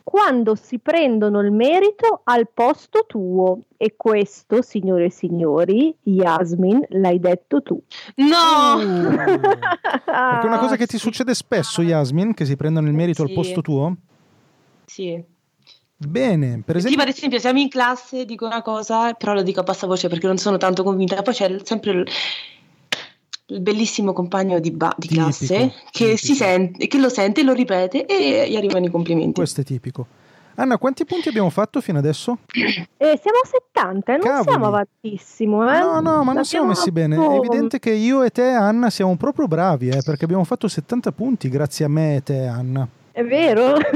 Speaker 1: Quando si prendono il merito al posto tuo. E questo, signore e signori, Yasmin, l'hai detto tu.
Speaker 3: No!
Speaker 2: Uh, perché è una cosa che ti
Speaker 3: Sì.
Speaker 2: succede spesso, Yasmin, che si prendono il merito al
Speaker 3: Sì.
Speaker 2: posto tuo?
Speaker 3: Sì.
Speaker 2: Bene, per
Speaker 3: Tipo
Speaker 2: esempio...
Speaker 3: ad esempio siamo in classe, dico una cosa, però la dico a bassa voce perché non sono tanto convinta. Poi c'è sempre il, il bellissimo compagno di, ba- di
Speaker 2: Tipico,
Speaker 3: classe che, si
Speaker 2: tipico.
Speaker 3: sente, che lo sente, lo ripete e gli arrivano i complimenti.
Speaker 2: Questo è tipico. Anna, quanti punti abbiamo fatto fino adesso?
Speaker 1: Eh, siamo a 70, non
Speaker 2: Cavoli.
Speaker 1: siamo avantissimo. Eh?
Speaker 2: No, no, ma non siamo
Speaker 1: Abbiamo
Speaker 2: messi bene. È
Speaker 1: fatto-
Speaker 2: evidente che io e te, Anna, siamo proprio bravi, eh, perché abbiamo fatto 70 punti grazie a me e te, Anna.
Speaker 1: È vero?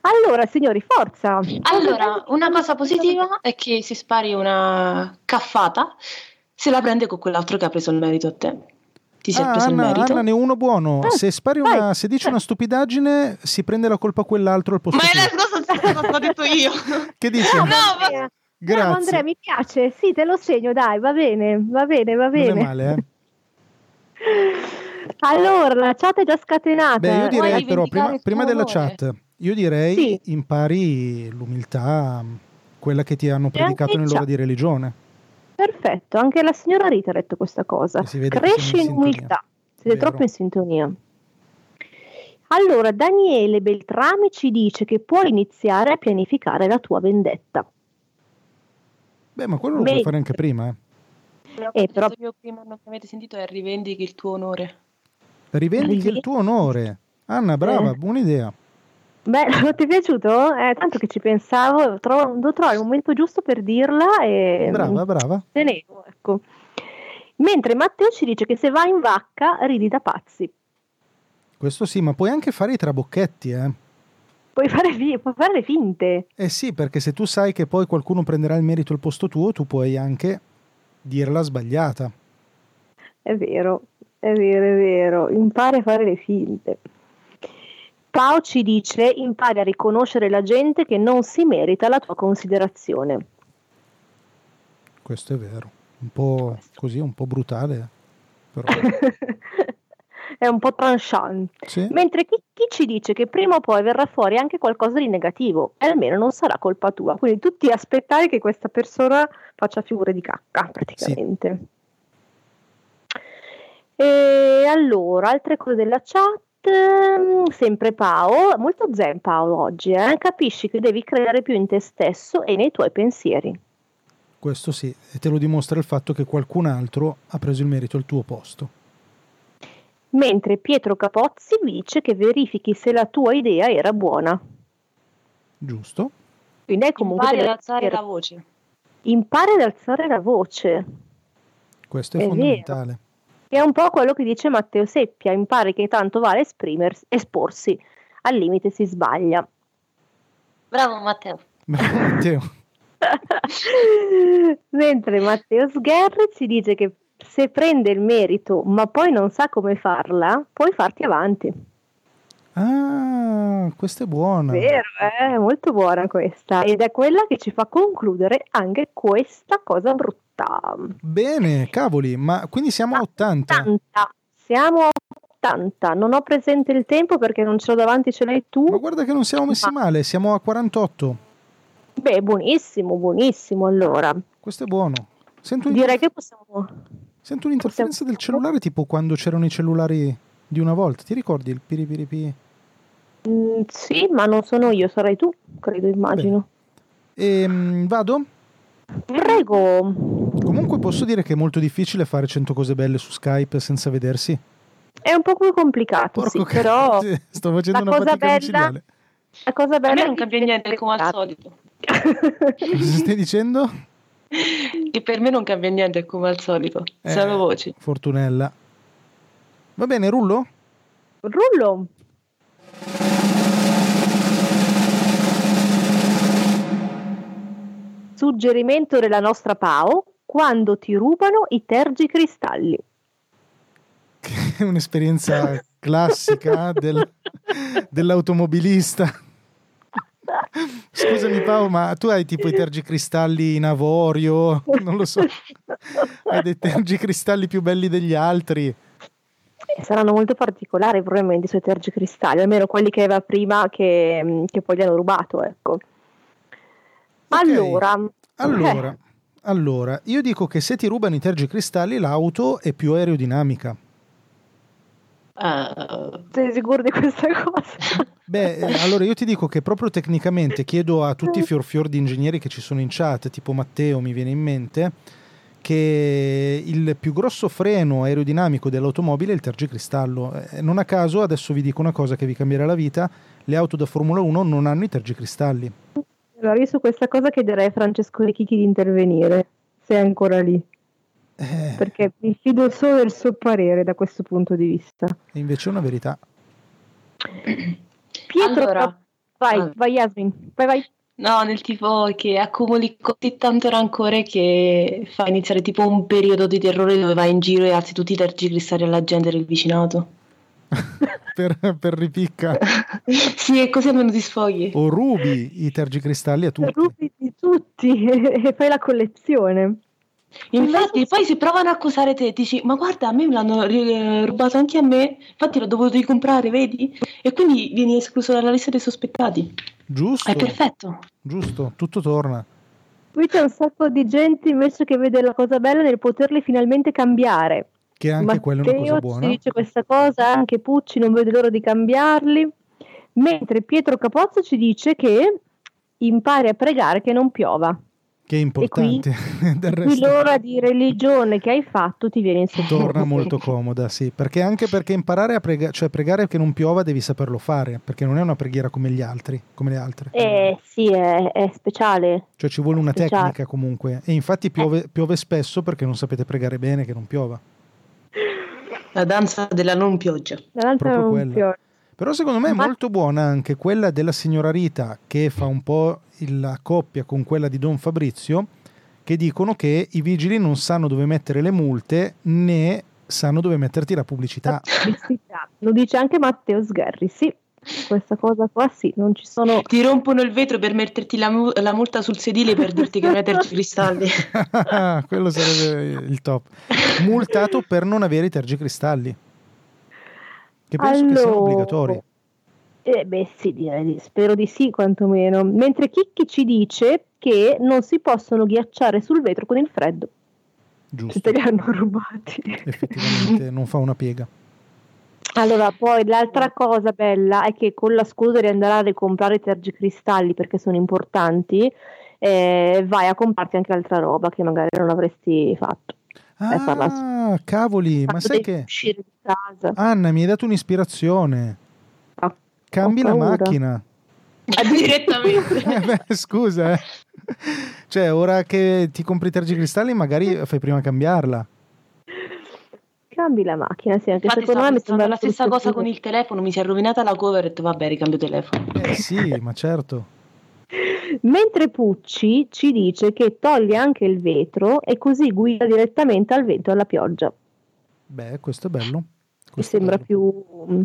Speaker 1: allora, signori, forza.
Speaker 3: Allora, una cosa positiva è che si spari una caffata se la prende con quell'altro che ha preso il merito a te. Ti sei
Speaker 2: Ah,
Speaker 3: preso il
Speaker 2: Anna,
Speaker 3: merito.
Speaker 2: Anna ne è uno buono.
Speaker 1: Ah,
Speaker 2: se, spari
Speaker 1: vai.
Speaker 2: una, se dici una stupidaggine, si prende la colpa a quell'altro al posto
Speaker 3: Ma è
Speaker 2: tuo.
Speaker 3: la cosa stessa cosa che ho detto io.
Speaker 2: Che dici?
Speaker 1: Bravo,
Speaker 3: No, ma-
Speaker 1: Andrea.
Speaker 2: Grazie.
Speaker 1: Bravo, Eh, Andrea, mi piace. Sì, te lo segno, dai, va bene, va bene, va
Speaker 2: non è
Speaker 1: bene.
Speaker 2: male, eh?
Speaker 1: Allora, la chat è già scatenata.
Speaker 2: Beh, io direi
Speaker 3: Vuoi
Speaker 2: però, prima,
Speaker 3: rivendicare il
Speaker 2: prima
Speaker 3: tuo
Speaker 2: della
Speaker 3: onore?
Speaker 2: chat, io direi
Speaker 1: Sì.
Speaker 2: impari l'umiltà, quella che ti hanno
Speaker 1: E anche
Speaker 2: predicato
Speaker 1: in
Speaker 2: nell'ora
Speaker 1: chat.
Speaker 2: di religione.
Speaker 1: Perfetto, anche la signora Rita ha detto questa cosa.
Speaker 2: E si vede che
Speaker 1: Cresce
Speaker 2: siamo in
Speaker 1: in
Speaker 2: sintonia.
Speaker 1: umiltà, siete
Speaker 2: Vero.
Speaker 1: troppo in sintonia. Allora, Daniele Beltrami ci dice che puoi iniziare a pianificare la tua vendetta.
Speaker 2: Beh, ma quello lo puoi
Speaker 1: Beh.
Speaker 2: fare anche prima, eh.
Speaker 1: Eh, però-
Speaker 3: Il mio prima non avete sentito è rivendichi il tuo onore.
Speaker 2: Rivendichi
Speaker 1: Riven-
Speaker 2: il tuo onore. Anna, brava,
Speaker 1: Eh.
Speaker 2: buona idea.
Speaker 1: Beh, non ti è piaciuto? Eh, tanto che ci pensavo, trovo, devo trovare il momento giusto per dirla e
Speaker 3: Ehm.
Speaker 2: Brava, brava.
Speaker 1: tenevo, ecco. Mentre Matteo ci dice che se vai in vacca ridi da pazzi.
Speaker 2: Questo sì, ma puoi anche fare i trabocchetti, eh.
Speaker 1: Puoi fare, fi- puoi fare le finte.
Speaker 2: Eh sì, perché se tu sai che poi qualcuno prenderà il merito al posto tuo, tu puoi anche dirla sbagliata.
Speaker 1: È vero, è vero, è vero. Impari a fare le finte. Pau ci dice: impari a riconoscere la gente che non si merita la tua considerazione.
Speaker 2: Questo è vero. Un po' così, un po' brutale. eh. Però
Speaker 1: È un po' tranchant.
Speaker 2: sì.
Speaker 1: Mentre chi, chi ci dice che prima o poi verrà fuori anche qualcosa di negativo, e almeno non sarà colpa tua. Quindi tu ti aspettare che questa persona faccia figure di cacca, praticamente. E allora, altre cose della chat. ehm, Sempre Paolo, molto zen Paolo oggi, eh? capisci che devi credere più in te stesso e nei tuoi pensieri.
Speaker 2: Questo sì, e te lo dimostra il fatto che qualcun altro ha preso il merito al tuo posto.
Speaker 1: Mentre Pietro Capozzi dice che verifichi se la tua idea era buona.
Speaker 2: Giusto?
Speaker 1: Quindi è comunque
Speaker 3: Impari ad
Speaker 1: della-
Speaker 3: alzare la voce.
Speaker 1: impara ad alzare la voce,
Speaker 2: Questo è,
Speaker 1: È vero.
Speaker 2: fondamentale.
Speaker 1: che è un po' quello che dice Matteo Seppia, impari che tanto vale esprimersi, esporsi, al limite si sbaglia.
Speaker 3: Bravo Matteo.
Speaker 2: Bravo, Matteo.
Speaker 1: Mentre Matteo Sgherri ci dice che se prende il merito ma poi non sa come farla, puoi farti avanti.
Speaker 2: Ah, questa è buona.
Speaker 1: Vero, eh? molto buona questa. Ed è quella che ci fa concludere anche questa cosa brutta.
Speaker 2: Bene, cavoli, ma quindi siamo a 80.
Speaker 1: 80. Siamo a 80. Non ho presente il tempo perché non ce l'ho davanti, ce l'hai tu.
Speaker 2: Ma guarda che non siamo messi male, siamo a 48.
Speaker 1: Beh, buonissimo, buonissimo. Allora,
Speaker 2: Questo è buono. Sento, un-
Speaker 1: direi che possiamo.
Speaker 2: sento un'interferenza del cellulare tipo quando c'erano i cellulari di una volta. Ti ricordi il piripiripi?
Speaker 1: Mm, sì, ma non sono io, sarai tu, credo, immagino.
Speaker 2: Ehm, vado?
Speaker 1: Prego.
Speaker 2: Comunque posso dire che è molto difficile fare 100 cose belle su Skype senza vedersi.
Speaker 1: È un po' più complicato,
Speaker 2: Porco
Speaker 1: Ah, sì,
Speaker 2: cazzo,
Speaker 1: però
Speaker 2: sto facendo
Speaker 1: la
Speaker 2: una
Speaker 1: cosa
Speaker 2: fatica
Speaker 1: bella-
Speaker 2: micidiale.
Speaker 1: la cosa
Speaker 3: A
Speaker 1: bella
Speaker 3: me
Speaker 1: è
Speaker 3: non
Speaker 1: che-
Speaker 3: cambia niente come al solito.
Speaker 2: Cosa stai dicendo?
Speaker 3: Che per me non cambia niente come al solito.
Speaker 2: Eh.
Speaker 3: Solo voci.
Speaker 2: Fortunella. Va bene, rullo?
Speaker 1: Rullo. Suggerimento della nostra Pao, quando ti rubano i tergicristalli.
Speaker 2: Che è un'esperienza classica del- dell'automobilista. Scusami Pao, ma tu hai tipo i tergicristalli in avorio, non lo so, hai dei tergicristalli più belli degli altri.
Speaker 1: Eh, Saranno molto particolari probabilmente i suoi tergicristalli, almeno quelli che aveva prima che, mm, che poi gli hanno rubato, ecco.
Speaker 2: Ok,
Speaker 1: Allora,
Speaker 2: Allora, allora, io dico che se ti rubano i tergicristalli l'auto è più aerodinamica.
Speaker 3: Eh,
Speaker 1: sei sicuro di questa cosa?
Speaker 2: Beh, eh, allora io ti dico che proprio tecnicamente chiedo a tutti i fior fior di ingegneri che ci sono in chat, tipo Matteo mi viene in mente, che il più grosso freno aerodinamico dell'automobile è il tergicristallo. Eh, Non a caso, adesso vi dico una cosa che vi cambierà la vita, le auto da Formula 1 non hanno i tergicristalli.
Speaker 1: Allora, io su questa cosa chiederei a Francesco Ricchi di intervenire, se è ancora lì,
Speaker 2: Eh,
Speaker 1: perché mi fido solo del suo parere da questo punto di vista.
Speaker 2: e invece è una verità.
Speaker 1: Pietro,
Speaker 3: allora,
Speaker 1: vai,
Speaker 3: ah.
Speaker 1: vai Yasmin, vai, vai.
Speaker 3: no, nel tipo che accumuli così tanto rancore che fa iniziare tipo un periodo di terrore dove vai in giro e alzi tutti i tergicristalli alla gente del vicinato.
Speaker 2: Per, per ripicca.
Speaker 3: sì, e così almeno ti sfoghi.
Speaker 2: O rubi i tergicristalli a tutti.
Speaker 1: rubi di tutti e fai la collezione.
Speaker 3: Infatti, poi se provano a accusare te, dici: Ma guarda, a me me l'hanno eh, rubato anche a me, infatti l'ho dovuto ricomprare, vedi? E quindi vieni escluso dalla lista dei sospettati.
Speaker 2: Giusto,
Speaker 3: È perfetto.
Speaker 2: giusto, tutto torna.
Speaker 1: Qui c'è un sacco di gente invece che vede la cosa bella nel poterli finalmente cambiare.
Speaker 2: Che anche quella è una cosa
Speaker 1: Matteo
Speaker 2: buona.
Speaker 1: ci dice questa cosa, anche Pucci non vede l'ora di cambiarli. Mentre Pietro Capozzo ci dice che impari a pregare che non piova.
Speaker 2: Che è importante. Del
Speaker 1: Qui
Speaker 2: resto
Speaker 1: l'ora di religione che hai fatto ti viene Eh, in
Speaker 2: torna
Speaker 1: soccorso.
Speaker 2: molto comoda, sì. Perché anche perché imparare a pregare, cioè pregare che non piova devi saperlo fare, perché non è una preghiera come gli altri, come le altre.
Speaker 1: Eh esatto. sì, è, è speciale.
Speaker 2: Cioè ci vuole una
Speaker 1: Già.
Speaker 2: tecnica comunque. E
Speaker 1: Eh.
Speaker 2: infatti piove, piove spesso perché non sapete pregare bene che non piova.
Speaker 3: La danza della non pioggia.
Speaker 1: Dall'altra
Speaker 2: Proprio
Speaker 1: non
Speaker 2: quella.
Speaker 1: piove.
Speaker 2: Però secondo me è
Speaker 1: Ma-
Speaker 2: molto buona anche quella della signora Rita che fa un po' il- la coppia con quella di Don Fabrizio che dicono che i vigili non sanno dove mettere le multe né sanno dove metterti la pubblicità.
Speaker 1: Pubblicità. Lo dice anche Matteo Sgherri, sì. Questa cosa qua sì, non ci sono
Speaker 3: Ti rompono il vetro per metterti la, mu- la multa sul sedile per dirti che non hai tergicristalli.
Speaker 2: Quello sarebbe il top. Multato per non avere i tergicristalli. Che penso che siano
Speaker 1: Allora,
Speaker 2: obbligatori.
Speaker 1: Eh beh sì, direi di- spero di sì quantomeno. Mentre Chicchi ci dice che non si possono ghiacciare sul vetro con il freddo, se
Speaker 2: Giusto.
Speaker 1: te li hanno rubati.
Speaker 2: Effettivamente non fa una piega.
Speaker 1: Allora, poi l'altra cosa bella è che con la scusa di andare a ricomprare i tergicristalli perché sono importanti, eh, vai a comprarti anche altra roba che magari non avresti fatto.
Speaker 2: Ah, cavoli, ma
Speaker 1: Fatto
Speaker 2: sai
Speaker 1: devi
Speaker 2: che
Speaker 1: uscire di casa.
Speaker 2: Anna mi hai dato un'ispirazione.
Speaker 1: Ah,
Speaker 2: Cambi
Speaker 1: ho
Speaker 2: la
Speaker 1: paura.
Speaker 2: macchina.
Speaker 3: Direttamente.
Speaker 2: Eh beh, scusa, eh. Cioè, ora che ti compri i tergicristalli, magari fai prima a cambiarla.
Speaker 1: Cambi la macchina, sì, anche
Speaker 3: Infatti,
Speaker 1: secondo
Speaker 3: stavo
Speaker 1: me mi
Speaker 3: pensando
Speaker 1: sembra
Speaker 3: la stessa cosa con
Speaker 1: il
Speaker 3: il telefono, mi si è rovinata la cover e ho detto, vabbè, ricambio telefono.
Speaker 2: Eh sì, ma certo.
Speaker 1: Mentre Pucci ci dice che toglie anche il vetro e così guida direttamente al vento e alla pioggia.
Speaker 2: Beh, questo è bello.
Speaker 1: Mi
Speaker 2: Questo è
Speaker 1: sembra
Speaker 2: bello.
Speaker 1: più mm,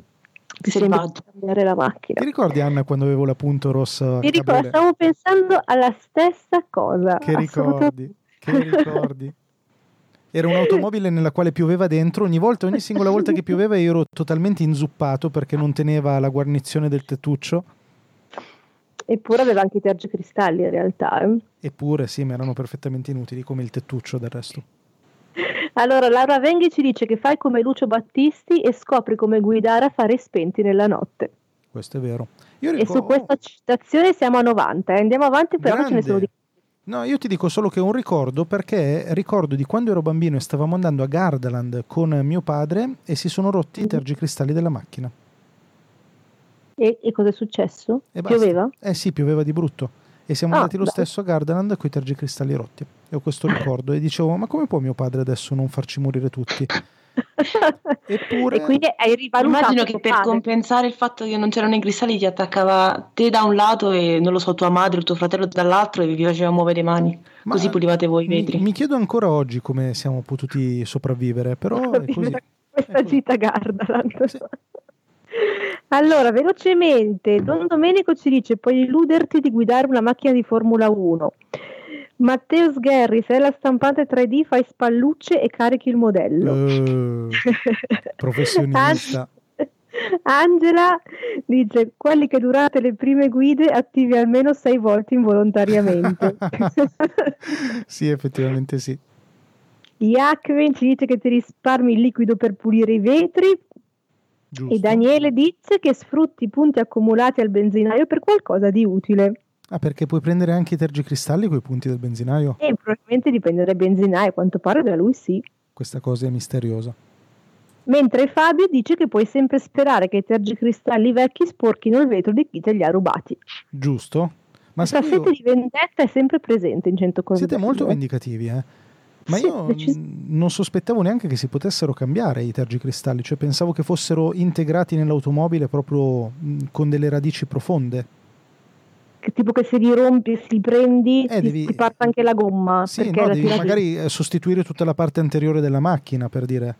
Speaker 1: ti sembra
Speaker 3: Selvaggio.
Speaker 1: più cambiare la
Speaker 2: Ti
Speaker 1: macchina.
Speaker 2: ricordi Anna quando avevo la punto rossa?
Speaker 1: Ti ricordo,
Speaker 2: Cabriolet?
Speaker 1: stavo pensando alla stessa cosa.
Speaker 2: Che ricordi, che ricordi. Era un'automobile nella quale pioveva dentro, ogni volta, ogni singola volta che pioveva io ero totalmente inzuppato perché non teneva la guarnizione del tettuccio,
Speaker 1: Eppure aveva anche i tergicristalli in realtà. eh.
Speaker 2: eppure sì, mi erano perfettamente inutili come il tettuccio del resto.
Speaker 1: Allora, Laura Venghi ci dice che fai come Lucio Battisti e scopri come guidare a fare spenti nella notte.
Speaker 2: Questo è vero. Io
Speaker 1: E
Speaker 2: ricor-
Speaker 1: su questa citazione siamo a 90. eh. Andiamo avanti, però ce ne sono di
Speaker 2: Grande. No, io ti dico solo che è un ricordo perché ricordo di quando ero bambino e stavamo andando a Gardaland con mio padre e si sono rotti i tergicristalli della macchina.
Speaker 1: E, e cosa è successo?
Speaker 2: E basta.
Speaker 1: Pioveva?
Speaker 2: Eh sì, pioveva di brutto. E siamo
Speaker 1: Ah,
Speaker 2: andati lo
Speaker 1: beh.
Speaker 2: stesso a Gardaland con i tergicristalli rotti. E ho questo ricordo e dicevo, ma come può mio padre adesso non farci morire tutti? Eppure-
Speaker 1: E quindi hai rivalutato.
Speaker 3: Immagino che
Speaker 1: tuo
Speaker 3: per
Speaker 1: padre.
Speaker 3: compensare il fatto che non c'erano i cristalli ti attaccava te da un lato e non lo so, tua madre o tuo fratello dall'altro e vi faceva muovere le mani.
Speaker 2: Ma
Speaker 3: Così pulivate voi i
Speaker 2: mi,
Speaker 3: vetri.
Speaker 2: mi chiedo ancora oggi come siamo potuti sopravvivere, però è così. Ecco.
Speaker 1: Questa
Speaker 2: È così.
Speaker 1: gita Gardaland.
Speaker 2: Sì.
Speaker 1: Allora, velocemente, Don Domenico ci dice: Puoi illuderti di guidare una macchina di Formula 1. Matteo Sgherri, se è la stampante 3D, fai spallucce e carichi il modello.
Speaker 2: Eh, professionista.
Speaker 1: Angela dice: Quelli che durate le prime guide attivi almeno sei volte involontariamente.
Speaker 2: sì, effettivamente sì.
Speaker 1: Iacmen ci dice che ti risparmi il liquido per pulire i vetri.
Speaker 2: Giusto.
Speaker 1: E Daniele dice che sfrutti i punti accumulati al benzinaio per qualcosa di utile.
Speaker 2: Ah, perché puoi prendere anche i tergicristalli con i punti del benzinaio?
Speaker 1: E probabilmente dipende dal benzinaio, a quanto pare da lui sì.
Speaker 2: Questa cosa è misteriosa.
Speaker 1: Mentre Fabio dice che puoi sempre sperare che i tergicristalli vecchi sporchino il vetro di chi te li ha rubati.
Speaker 2: Giusto? Ma
Speaker 1: Questa
Speaker 2: sai, io-
Speaker 1: sete di vendetta è sempre presente in 100 cose.
Speaker 2: siete
Speaker 1: belle.
Speaker 2: molto vendicativi, eh? Ma
Speaker 1: Sì,
Speaker 2: io
Speaker 1: decis-
Speaker 2: mh, non sospettavo neanche che si potessero cambiare i tergicristalli, cioè pensavo che fossero integrati nell'automobile proprio mh, con delle radici profonde.
Speaker 1: Che tipo che se li rompi e se li prendi
Speaker 2: Eh,
Speaker 1: ti,
Speaker 2: devi-
Speaker 1: ti parte anche la gomma.
Speaker 2: sì,
Speaker 1: perché
Speaker 2: no,
Speaker 1: la
Speaker 2: devi
Speaker 1: tira giù.
Speaker 2: magari eh, sostituire tutta la parte anteriore della macchina, per dire.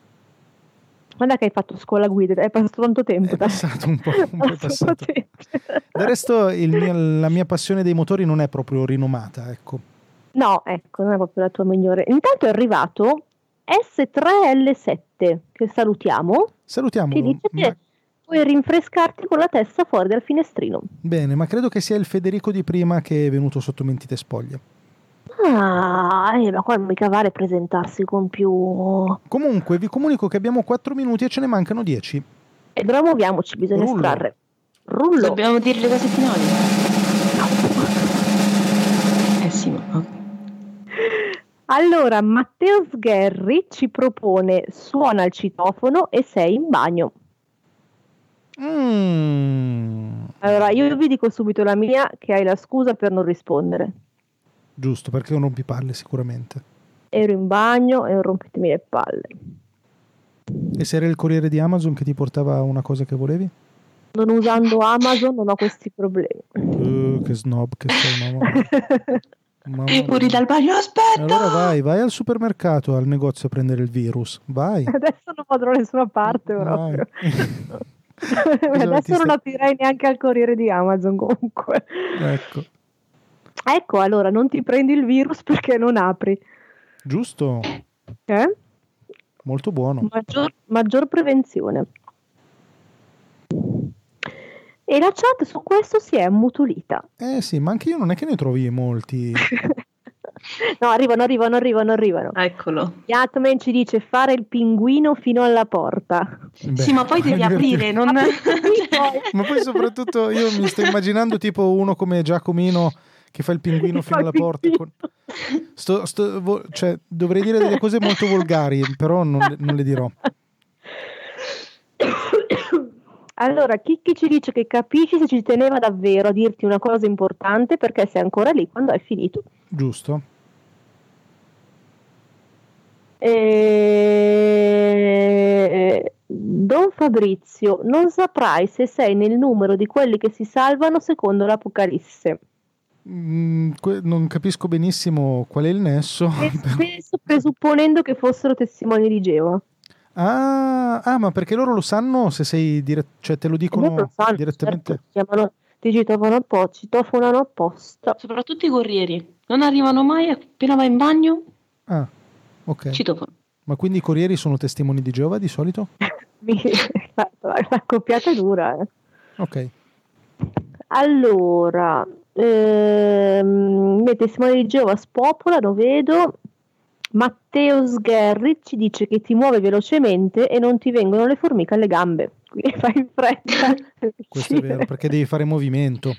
Speaker 1: Guarda che hai fatto scuola guida, è passato tanto tempo. dai.
Speaker 2: È passato un po', un po' è passato.
Speaker 1: tempo.
Speaker 2: Del resto il mio- la mia passione dei motori non è proprio rinomata, ecco.
Speaker 1: No, ecco, non è proprio la tua migliore. Intanto è arrivato S3L7, che salutiamo,
Speaker 2: Salutiamo.
Speaker 1: che dice
Speaker 2: Mm, Ma-
Speaker 1: che puoi rinfrescarti con la testa fuori dal finestrino.
Speaker 2: Bene, ma credo che sia il Federico di prima che è venuto sotto mentite spoglie.
Speaker 1: Ah, eh, ma qua mica vale presentarsi con più...
Speaker 2: Comunque, vi comunico che abbiamo 4 minuti e ce ne mancano 10.
Speaker 1: E però muoviamoci, bisogna
Speaker 2: Rullo.
Speaker 1: estrarre. Rullo.
Speaker 3: Dobbiamo dire le cose finali. Eh sì, ma ok.
Speaker 1: Allora, Matteo Sgherri ci propone suona il citofono e sei in bagno.
Speaker 2: Mm.
Speaker 1: Allora, io vi dico subito la mia, che hai la scusa per non rispondere.
Speaker 2: Giusto, perché non rompipalle sicuramente.
Speaker 1: Ero in bagno e non rompetemi le palle.
Speaker 2: E se era il corriere di Amazon che ti portava una cosa che volevi?
Speaker 1: Non usando Amazon non ho questi problemi.
Speaker 2: Eh, che snob che sei, mamma. mamma mia.
Speaker 3: Fuori dal bagno, aspetta!
Speaker 2: Allora vai, vai al supermercato, al negozio a prendere il virus. Vai.
Speaker 1: Adesso non vado da nessuna parte
Speaker 2: Vai.
Speaker 1: proprio.
Speaker 2: Cosa ti
Speaker 1: Adesso
Speaker 2: stai-
Speaker 1: non aprirei neanche al corriere di Amazon comunque.
Speaker 2: Ecco,
Speaker 1: Ecco, allora non ti prendi il virus perché non apri.
Speaker 2: giusto,
Speaker 1: Eh?
Speaker 2: molto buono.
Speaker 1: Maggior, maggior prevenzione. E la chat su questo si è ammutolita.
Speaker 2: Eh sì, ma anche io non è che ne trovi molti.
Speaker 1: no, arrivano, arrivano, arrivano, arrivano.
Speaker 2: Ah.
Speaker 3: Eccolo.
Speaker 1: Yatman ci dice fare il pinguino fino alla porta. Ah,
Speaker 2: Beh,
Speaker 3: sì, ma poi devi
Speaker 2: divertente.
Speaker 3: aprire, non...
Speaker 2: Cioè, Ma poi soprattutto io mi sto immaginando tipo uno come Giacomino che fa il pinguino fino alla porta. con- Sto- sto- vo- cioè, dovrei dire delle cose molto volgari, però non, non le dirò.
Speaker 1: Allora, Chicchi ci dice che capisci se ci teneva davvero a dirti una cosa importante perché sei ancora lì quando hai finito.
Speaker 2: Giusto?
Speaker 1: Eh, E... eh, Don Fabrizio, non saprai se sei nel numero di quelli che si salvano secondo l'Apocalisse.
Speaker 2: Mm, que- non capisco benissimo qual è il nesso.
Speaker 1: E spesso presupponendo che fossero testimoni di Geova.
Speaker 2: Ah, ah, ma perché loro lo sanno se sei dire- cioè te lo
Speaker 1: E loro
Speaker 2: dicono
Speaker 1: lo sanno,
Speaker 2: direttamente.
Speaker 1: certo, ti chiamano- ti citofonano appo- citofonano apposta.
Speaker 3: Soprattutto i corrieri. Non arrivano mai, appena vai in bagno,
Speaker 2: Ah, ok.
Speaker 3: citofono.
Speaker 2: Ma quindi i corrieri sono testimoni di Geova di solito?
Speaker 1: Mi- la, la- la coppiata è dura. eh.
Speaker 2: Ok.
Speaker 1: Allora, ehm, i testimoni di Geova spopola, lo vedo. Matteo Sgherri ci dice che ti muove velocemente e non ti vengono le formiche alle gambe, quindi fai in fretta.
Speaker 2: Questo è vero, perché devi fare movimento.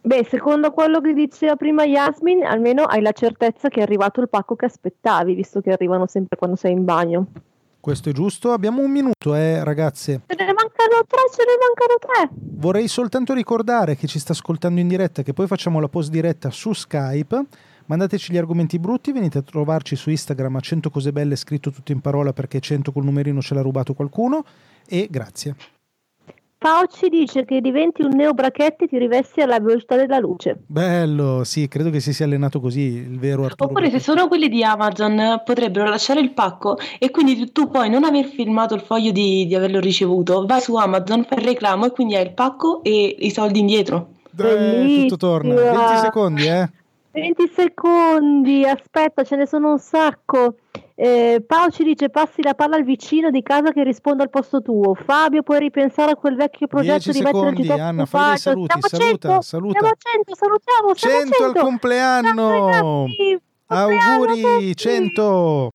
Speaker 1: Beh, secondo quello che diceva prima Yasmin, almeno hai la certezza che è arrivato il pacco che aspettavi, visto che arrivano sempre quando sei in bagno.
Speaker 2: Questo è giusto. Abbiamo un minuto, eh, ragazze.
Speaker 1: Ce ne mancano tre, ce ne mancano tre.
Speaker 2: Vorrei soltanto ricordare che ci sta ascoltando in diretta, che poi facciamo la post diretta su Skype. Mandateci gli argomenti brutti, venite a trovarci su Instagram a 100 cose belle, scritto tutto in parola perché 100 col numerino ce l'ha rubato qualcuno. E grazie.
Speaker 1: Fauci dice che diventi un neobrachette e ti rivesti alla velocità della luce.
Speaker 2: Bello, sì, credo che si sia allenato così il vero Arturo.
Speaker 3: Oppure se
Speaker 2: Brachetti.
Speaker 3: sono quelli di Amazon potrebbero lasciare il pacco e quindi tu- tu puoi non aver firmato il foglio di, di averlo ricevuto, vai su Amazon, fai il reclamo e quindi hai il pacco e i soldi indietro.
Speaker 2: Eh, tutto torna.
Speaker 1: Bellissima.
Speaker 2: 20 secondi, eh?
Speaker 1: 20 secondi, aspetta, ce ne sono un sacco. Eh, Pao ci dice passi la palla al vicino di casa che risponde al posto tuo. Fabio, puoi ripensare a quel vecchio progetto
Speaker 2: 10
Speaker 1: di mettere il
Speaker 2: secondi,
Speaker 1: gitano
Speaker 2: Anna,
Speaker 1: sul
Speaker 2: fai dei
Speaker 1: bagno.
Speaker 2: saluti.
Speaker 1: Siamo
Speaker 2: Saluta,
Speaker 1: 100,
Speaker 2: saluta.
Speaker 1: Siamo a 100, salutiamo, siamo a
Speaker 2: 100 al
Speaker 1: 100. Ciao,
Speaker 2: compleanno!
Speaker 1: ragazzi, compleanno a
Speaker 2: Auguri,
Speaker 1: tutti.
Speaker 2: 100!